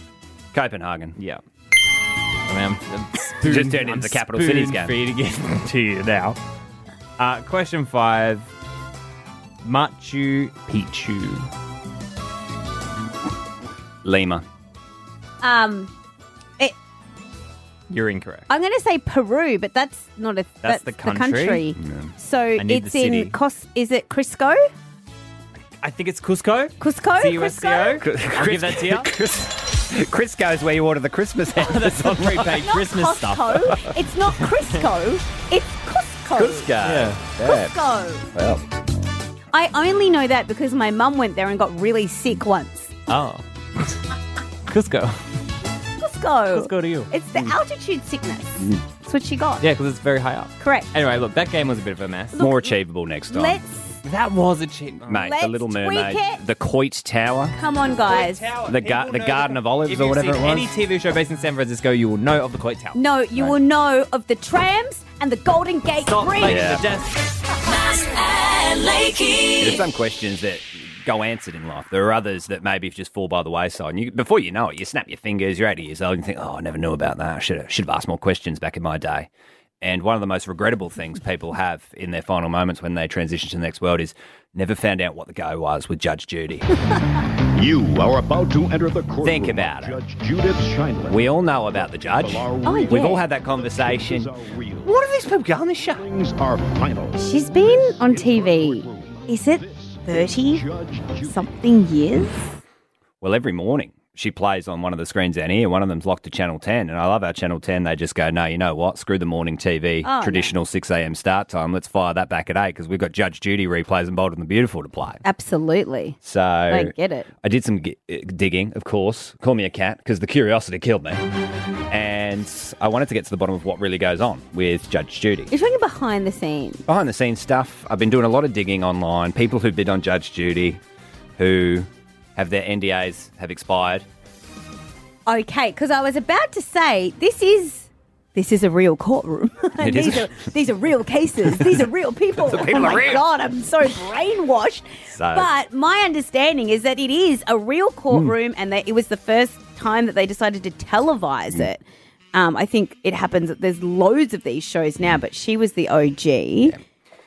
[SPEAKER 1] Copenhagen.
[SPEAKER 4] Yeah. I mean, I'm, I'm spoon,
[SPEAKER 1] Just turned into the capital cities game.
[SPEAKER 4] feeding it to you now. Uh, question five. Machu Picchu.
[SPEAKER 1] Lima.
[SPEAKER 2] Um,
[SPEAKER 4] You're incorrect.
[SPEAKER 2] I'm going to say Peru, but that's not a
[SPEAKER 4] That's the country.
[SPEAKER 2] country. So
[SPEAKER 4] I need
[SPEAKER 2] it's
[SPEAKER 4] the city.
[SPEAKER 2] in Cos. Is it Crisco?
[SPEAKER 4] I think it's Cusco.
[SPEAKER 2] Cusco?
[SPEAKER 4] C-U-S-C-O.
[SPEAKER 1] Cusco?
[SPEAKER 4] I'll give that to you.
[SPEAKER 1] Crisco's where you order the Christmas
[SPEAKER 4] That's on prepaid
[SPEAKER 2] Not
[SPEAKER 4] Christmas stuff.
[SPEAKER 2] Costco. it's not Crisco. It's Cusco.
[SPEAKER 1] Cusco.
[SPEAKER 2] Cusco. I only know that because my mum went there and got really sick once.
[SPEAKER 4] Oh. Cusco.
[SPEAKER 2] Cusco.
[SPEAKER 4] Cusco to you.
[SPEAKER 2] It's the altitude sickness. That's what she got.
[SPEAKER 4] Mm. Yeah, because it's very high up.
[SPEAKER 2] Correct.
[SPEAKER 4] Anyway, look, that game was a bit of a mess.
[SPEAKER 1] More achievable next time.
[SPEAKER 2] Let's
[SPEAKER 4] That was a cheat.
[SPEAKER 1] Mate, The
[SPEAKER 2] let's
[SPEAKER 1] Little
[SPEAKER 2] tweak
[SPEAKER 1] Mermaid.
[SPEAKER 2] it.
[SPEAKER 1] The Coit Tower.
[SPEAKER 2] come on, guys.
[SPEAKER 1] The, gar- the Garden of Olives
[SPEAKER 4] If
[SPEAKER 1] or
[SPEAKER 4] you've
[SPEAKER 1] whatever
[SPEAKER 4] seen
[SPEAKER 1] it was.
[SPEAKER 4] any TV show based in San Francisco, you will know of the Coit Tower.
[SPEAKER 2] No, you will know of the trams and the Golden Gate
[SPEAKER 4] Stop
[SPEAKER 2] Bridge.
[SPEAKER 4] making
[SPEAKER 1] Yeah.
[SPEAKER 4] the desk.
[SPEAKER 5] Mass and
[SPEAKER 1] There's
[SPEAKER 5] Lakey.
[SPEAKER 1] some questions that go answered in life. There are others that maybe just fall by the wayside. And you, before you know it, you snap your fingers, you're 80 years old, and you think, oh, I never knew about that. I should have, should have asked more questions back in my day. And one of the most regrettable things people have in their final moments when they transition to the next world is never found out what the go was with Judge Judy.
[SPEAKER 11] You are about to enter the courtroom.
[SPEAKER 1] Think about
[SPEAKER 11] of
[SPEAKER 1] it.
[SPEAKER 11] Judge Judith Scheinler.
[SPEAKER 1] We all know about the judge.
[SPEAKER 11] Oh,
[SPEAKER 2] yeah.
[SPEAKER 1] We've all had that conversation. What have these people got on this show?
[SPEAKER 11] Things are final.
[SPEAKER 2] She's been on TV. Is it 30 something years?
[SPEAKER 1] Well, every morning she plays on one of the screens down here. One of them's locked to Channel 10. And I love how Channel 10, they just go, no, you know what? Screw the morning TV,
[SPEAKER 2] Oh, no.
[SPEAKER 1] traditional 6 a.m. start time. Let's fire that back at 8 because we've got Judge Judy replays and Bold and the Beautiful to play.
[SPEAKER 2] Absolutely.
[SPEAKER 1] So
[SPEAKER 2] I
[SPEAKER 1] I,
[SPEAKER 2] get it.
[SPEAKER 1] did some gi- uh, digging, of course. Call me a cat because the curiosity killed me. And I wanted to get to the bottom of what really goes on with Judge Judy
[SPEAKER 2] You're talking behind the scenes.
[SPEAKER 1] behind the scenes stuff. I've been doing a lot of digging online. People who've been on Judge Judy, who have their NDAs have expired.
[SPEAKER 2] Okay, because I was about to say this is this is a real courtroom.
[SPEAKER 1] It
[SPEAKER 2] these
[SPEAKER 1] is.
[SPEAKER 2] are these are real cases. These are real people. oh
[SPEAKER 1] people
[SPEAKER 2] my
[SPEAKER 1] are real.
[SPEAKER 2] god, I'm so brainwashed.
[SPEAKER 1] So-
[SPEAKER 2] But my understanding is that it is a real courtroom,
[SPEAKER 1] Hmm.
[SPEAKER 2] and that it was the first time that they decided to televise
[SPEAKER 1] Hmm.
[SPEAKER 2] it. Um, I think it happens. that There's loads of these shows now, but she was the OG.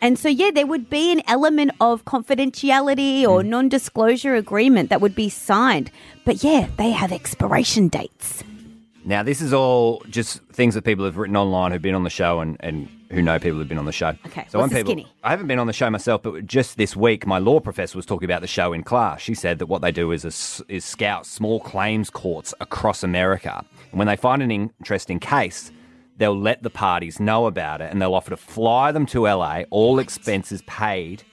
[SPEAKER 2] And so, yeah, there would be an element of confidentiality
[SPEAKER 1] Mm.
[SPEAKER 2] or non disclosure agreement that would be signed. But yeah, they have expiration dates.
[SPEAKER 1] Now, this is all just things that people have written online who've been on the show and, and who know people who've been on the show.
[SPEAKER 2] Okay,
[SPEAKER 1] So when
[SPEAKER 2] what's the
[SPEAKER 1] people,
[SPEAKER 2] skinny?
[SPEAKER 1] I haven't been on the show myself, but just this week, my law professor was talking about the show in class. She said that what they do is a s is scout small claims courts across America, and when they find an in- interesting case, they'll let the parties know about it, and they'll offer to fly them to LA, all expenses paid.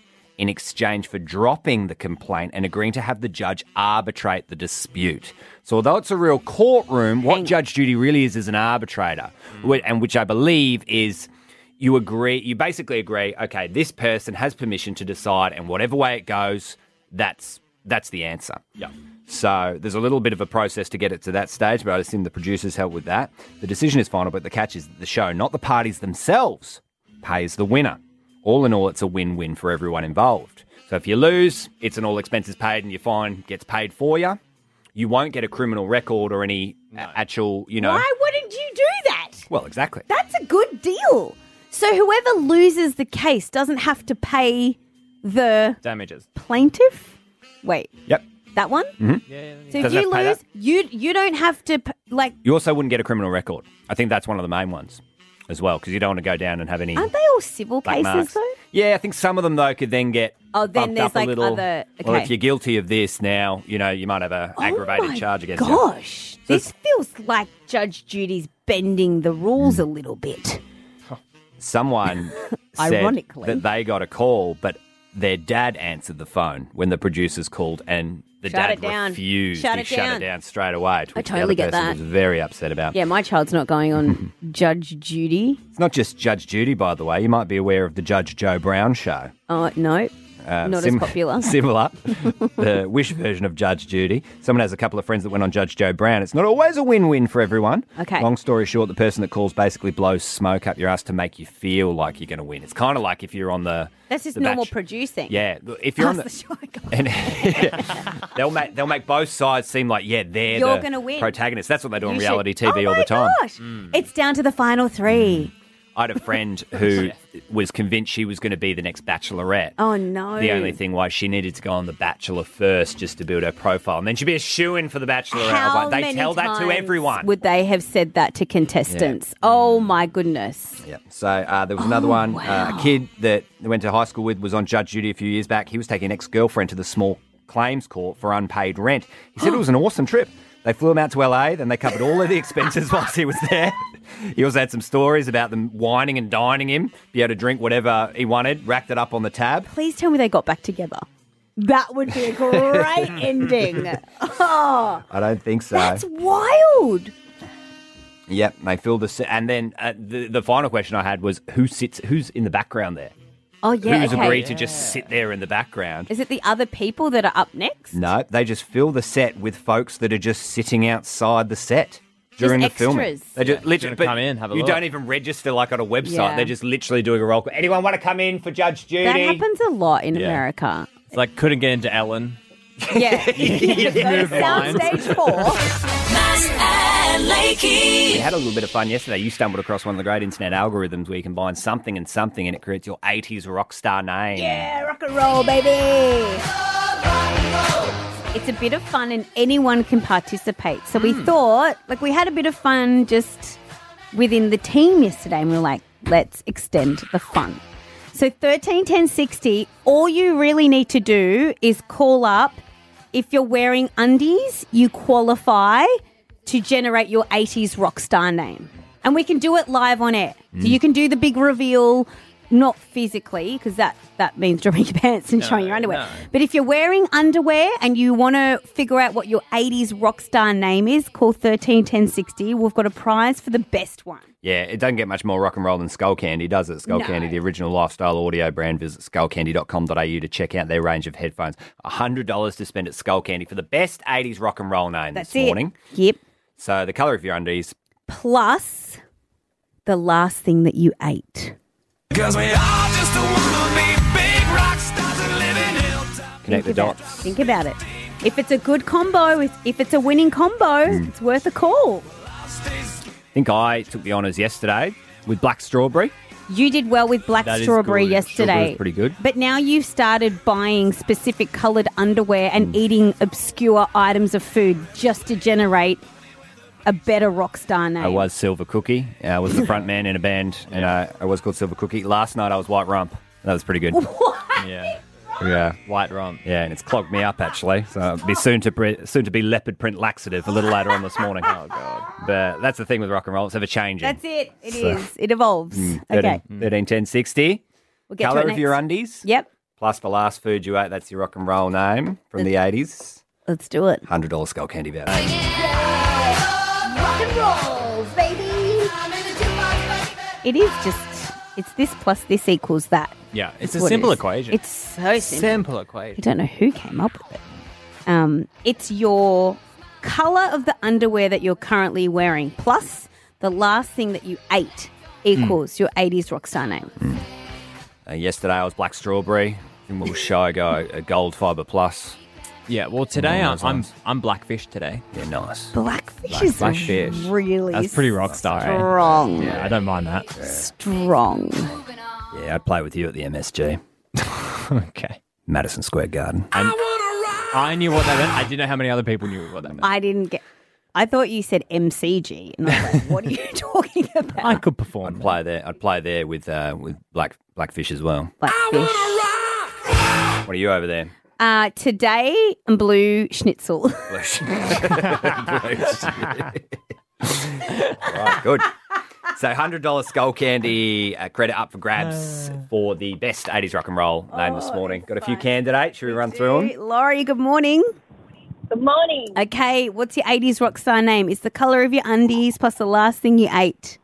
[SPEAKER 1] In exchange for dropping the complaint and agreeing to have the judge arbitrate the dispute. So, although it's a real courtroom, what Judge Judy really is is an arbitrator,
[SPEAKER 2] Mm.
[SPEAKER 1] wh- and which I believe is you agree you basically agree okay this person has permission to decide and whatever way it goes that's that's the answer yeah so there's a little bit of a process to get it to that stage but i assume the producers help with that the decision is final but the catch is that the show not the parties themselves pays the winner all in all it's a win-win for everyone involved so if you lose it's an all expenses paid and your fine gets paid for you you won't get a criminal record or any a- actual you know
[SPEAKER 2] Why wouldn't you do that?
[SPEAKER 1] well exactly
[SPEAKER 2] That's a good deal. So, whoever loses the case doesn't have to pay the
[SPEAKER 4] Damages.
[SPEAKER 2] plaintiff? Wait,
[SPEAKER 1] yep
[SPEAKER 2] that one? So, if
[SPEAKER 1] Mm-hmm. Doesn't
[SPEAKER 2] you
[SPEAKER 1] have to pay
[SPEAKER 2] lose,
[SPEAKER 1] that?
[SPEAKER 2] you, you don't have to, p- like,
[SPEAKER 1] You also wouldn't get a criminal record. I think that's one of the main ones as well, because you don't want to go down and have any.
[SPEAKER 2] Aren't they all civil
[SPEAKER 1] black
[SPEAKER 2] cases
[SPEAKER 1] marks.
[SPEAKER 2] though?
[SPEAKER 1] Yeah, I think some of them though could then get
[SPEAKER 2] Oh, then
[SPEAKER 1] bumped
[SPEAKER 2] there's,
[SPEAKER 1] up a
[SPEAKER 2] like,
[SPEAKER 1] little.
[SPEAKER 2] other-
[SPEAKER 1] Well,
[SPEAKER 2] okay. Oh
[SPEAKER 1] if you're guilty of this now, you know you might have a aggravated
[SPEAKER 2] my
[SPEAKER 1] charge against you.
[SPEAKER 2] Gosh,
[SPEAKER 1] So
[SPEAKER 2] this feels like Judge Judy's bending the rules a little bit.
[SPEAKER 1] someone said
[SPEAKER 2] Ironically.
[SPEAKER 1] that they got a call, but their dad answered the phone when the producers called, and the
[SPEAKER 2] Shut
[SPEAKER 1] dad
[SPEAKER 2] it down.
[SPEAKER 1] refused.
[SPEAKER 2] Shut
[SPEAKER 1] he
[SPEAKER 2] it
[SPEAKER 1] shut
[SPEAKER 2] down.
[SPEAKER 1] it down straight away. to
[SPEAKER 2] I
[SPEAKER 1] which the
[SPEAKER 2] totally
[SPEAKER 1] other
[SPEAKER 2] get
[SPEAKER 1] person
[SPEAKER 2] that.
[SPEAKER 1] Was very upset about.
[SPEAKER 2] Yeah, my child's not going on Judge Judy.
[SPEAKER 1] It's not just Judge Judy, by the way. You might be aware of the Judge Joe Brown show.
[SPEAKER 2] Oh no,
[SPEAKER 1] Uh,
[SPEAKER 2] not
[SPEAKER 1] sim-
[SPEAKER 2] as popular.
[SPEAKER 1] similar. the Wish version of Judge Judy. Someone has a couple of friends that went on Judge Joe Brown. It's not always a win win for everyone.
[SPEAKER 2] Okay.
[SPEAKER 1] Long story short, the person that calls basically blows smoke up your ass to make you feel like you're going to win. It's kind of like if you're on the.
[SPEAKER 2] That's just
[SPEAKER 1] the
[SPEAKER 2] normal
[SPEAKER 1] Bachelor-
[SPEAKER 2] producing.
[SPEAKER 1] Yeah, if you're on
[SPEAKER 2] Pass
[SPEAKER 1] the-
[SPEAKER 2] the show.
[SPEAKER 1] They'll make they'll make both sides seem like yeah they're
[SPEAKER 2] You're
[SPEAKER 1] the
[SPEAKER 2] gonna win.
[SPEAKER 1] protagonists. That's what they do on
[SPEAKER 2] You should-
[SPEAKER 1] reality TV
[SPEAKER 2] Oh
[SPEAKER 1] all
[SPEAKER 2] my
[SPEAKER 1] the time. Mm.
[SPEAKER 2] gosh. It's down to the final three.
[SPEAKER 1] I had a friend who was convinced she was going to be the next Bachelorette.
[SPEAKER 2] Oh no.
[SPEAKER 1] The only thing was she needed to go on The Bachelor first just to build her profile, and then she'd be a shoe in for The Bachelorette. I was
[SPEAKER 2] How
[SPEAKER 1] like, they
[SPEAKER 2] many
[SPEAKER 1] tell that to
[SPEAKER 2] times
[SPEAKER 1] everyone. Mm.
[SPEAKER 2] Would they have said that to contestants? Oh my goodness.
[SPEAKER 1] Yeah. So uh, there was
[SPEAKER 2] Oh,
[SPEAKER 1] another one. Uh, a kid that I went to high school with was on judge duty a few years back. He was taking an ex girlfriend to the small claims court for unpaid rent. He said it was an awesome trip. They flew him out to LA, then they covered all of the expenses whilst he was there. He also had some stories about them whining and dining him, be able to drink whatever he wanted, racked it up on the tab.
[SPEAKER 2] Please tell me they got back together. That would be a great ending. Oh,
[SPEAKER 1] I don't think so.
[SPEAKER 2] that's wild.
[SPEAKER 1] Yep, they filled the set. And then uh, the, the final question I had was who sits, who's in the background there?
[SPEAKER 2] Oh yeah.
[SPEAKER 1] who's
[SPEAKER 2] okay.
[SPEAKER 1] agreed to just sit there in the background?
[SPEAKER 2] Is it the other people that are up next?
[SPEAKER 1] No, they just fill the set with folks that are just sitting outside the set during
[SPEAKER 2] Just
[SPEAKER 1] the filming.
[SPEAKER 2] extras.
[SPEAKER 1] They just literally
[SPEAKER 4] gonna
[SPEAKER 1] but
[SPEAKER 4] come in, have a
[SPEAKER 1] You
[SPEAKER 4] look.
[SPEAKER 1] don't even register like on a website.
[SPEAKER 2] Yeah.
[SPEAKER 1] They're just literally doing a roll call. Anyone want to come in for Judge Judy?
[SPEAKER 2] That happens a lot in America.
[SPEAKER 4] It's like couldn't get into Ellen.
[SPEAKER 2] Yeah.
[SPEAKER 4] Move
[SPEAKER 2] Sound
[SPEAKER 4] lines.
[SPEAKER 2] stage four.
[SPEAKER 5] Mass and Lakey.
[SPEAKER 1] We had a little bit of fun yesterday. You stumbled across one of the great internet algorithms where you combine something and something, and it creates your '80s rock star name.
[SPEAKER 2] Yeah, rock and roll, baby. It's a bit of fun and anyone can participate. So we thought, like, we had a bit of fun just within the team yesterday, and we were like, let's extend the fun. So 13 10 60, all you really need to do is call up. If you're wearing undies, you qualify to generate your 80s rock star name. And we can do it live on air. So you can do the big reveal, not physically, because that, that means dropping your pants and showing your underwear. But if you're wearing underwear and you want to figure out what your 80s rock star name is, call 13 10 60. We've got a prize for the best one.
[SPEAKER 1] Yeah, it doesn't get much more rock and roll than Skull Candy, does it? Skull
[SPEAKER 2] No.
[SPEAKER 1] Candy, the original lifestyle audio brand. Visit skullcandy.com.au to check out their range of headphones. $100 to spend at Skull Candy for the best 80s rock and roll name
[SPEAKER 2] That's
[SPEAKER 1] this
[SPEAKER 2] it.
[SPEAKER 1] morning.
[SPEAKER 2] Yep.
[SPEAKER 1] So the colour of your undies.
[SPEAKER 2] Plus, the last thing that you ate.
[SPEAKER 5] Cause we all just wanna be big rock stars and living
[SPEAKER 1] Connect the
[SPEAKER 2] about
[SPEAKER 1] dots.
[SPEAKER 2] It. Think about it. If it's a good combo, if, if it's a winning combo,
[SPEAKER 1] Mm.
[SPEAKER 2] it's worth a call.
[SPEAKER 1] I think I took the honours yesterday with Black Strawberry.
[SPEAKER 2] You did well with black
[SPEAKER 1] That is
[SPEAKER 2] strawberry
[SPEAKER 1] good. Strawberry's
[SPEAKER 2] yesterday.
[SPEAKER 1] pretty good.
[SPEAKER 2] But now you've started buying specific coloured underwear
[SPEAKER 1] Mm.
[SPEAKER 2] and eating obscure items of food just to generate a better rock star name.
[SPEAKER 1] I was Silver Cookie. I was the front man in a band, and uh, I was called Silver Cookie. Last night I was White Rump. That was pretty good.
[SPEAKER 4] Yeah.
[SPEAKER 1] Yeah.
[SPEAKER 4] White rump.
[SPEAKER 1] Yeah, and it's clogged me up actually. So it'll be soon to pre- soon to be leopard print laxative a little later on this morning. oh god! But that's the thing with rock and roll; it's ever changing.
[SPEAKER 2] That's it. It is.
[SPEAKER 1] So-
[SPEAKER 2] It evolves.
[SPEAKER 1] Mm,
[SPEAKER 2] Okay.
[SPEAKER 1] 13, 13, 10, 60.
[SPEAKER 2] We'll get to
[SPEAKER 1] Colour
[SPEAKER 2] it
[SPEAKER 1] of your
[SPEAKER 2] next.
[SPEAKER 1] undies.
[SPEAKER 2] Yep.
[SPEAKER 1] Plus the last food you ate. That's your rock and roll name from the eighties.
[SPEAKER 2] Let's do it.
[SPEAKER 1] Hundred dollar skull candy voucher.
[SPEAKER 2] Rock and roll, baby. It is just. It's this plus this equals that.
[SPEAKER 4] Yeah, it's
[SPEAKER 2] That's
[SPEAKER 4] a
[SPEAKER 2] what it
[SPEAKER 4] simple
[SPEAKER 2] is.
[SPEAKER 4] equation.
[SPEAKER 2] It's so simple.
[SPEAKER 4] Simple equation.
[SPEAKER 2] I don't know who came up with it. Um, it's your color of the underwear that you're currently wearing plus the last thing that you ate equals
[SPEAKER 4] Hmm.
[SPEAKER 2] your 80s rock star name.
[SPEAKER 1] Uh, yesterday I was black strawberry. And we'll show I go a gold fiber plus.
[SPEAKER 4] Yeah, well today I'm, I'm I'm blackfish today.
[SPEAKER 1] Yeah, nice.
[SPEAKER 2] Blackfish
[SPEAKER 4] Black-
[SPEAKER 2] is
[SPEAKER 4] Blackfish.
[SPEAKER 2] really
[SPEAKER 4] That's pretty rock star. eh?
[SPEAKER 2] Strong.
[SPEAKER 4] Yeah, I don't mind that.
[SPEAKER 2] strong.
[SPEAKER 1] Yeah, I'd play with you at the MSG,
[SPEAKER 4] okay.
[SPEAKER 1] Madison Square Garden.
[SPEAKER 4] I knew what that meant. I didn't know how many other people knew what that meant.
[SPEAKER 2] I didn't get. I thought you said MCG, and I was like, "What are you talking about?" I
[SPEAKER 4] could perform.
[SPEAKER 1] I'd play there. I'd play there with uh, with black blackfish as well.
[SPEAKER 2] Blackfish.
[SPEAKER 1] What are you over there?
[SPEAKER 2] Uh, today, blue schnitzel.
[SPEAKER 1] Right, good. So hundred dollar skull candy uh, credit up for grabs
[SPEAKER 2] Uh.
[SPEAKER 1] for the best eighties rock and roll name
[SPEAKER 2] Oh,
[SPEAKER 1] this morning. Got a few candidates. Should we run through them?
[SPEAKER 2] Laurie, good morning.
[SPEAKER 10] Good morning.
[SPEAKER 2] Okay, what's your 80s rock star name? It's the colour of your undies plus the last thing you ate.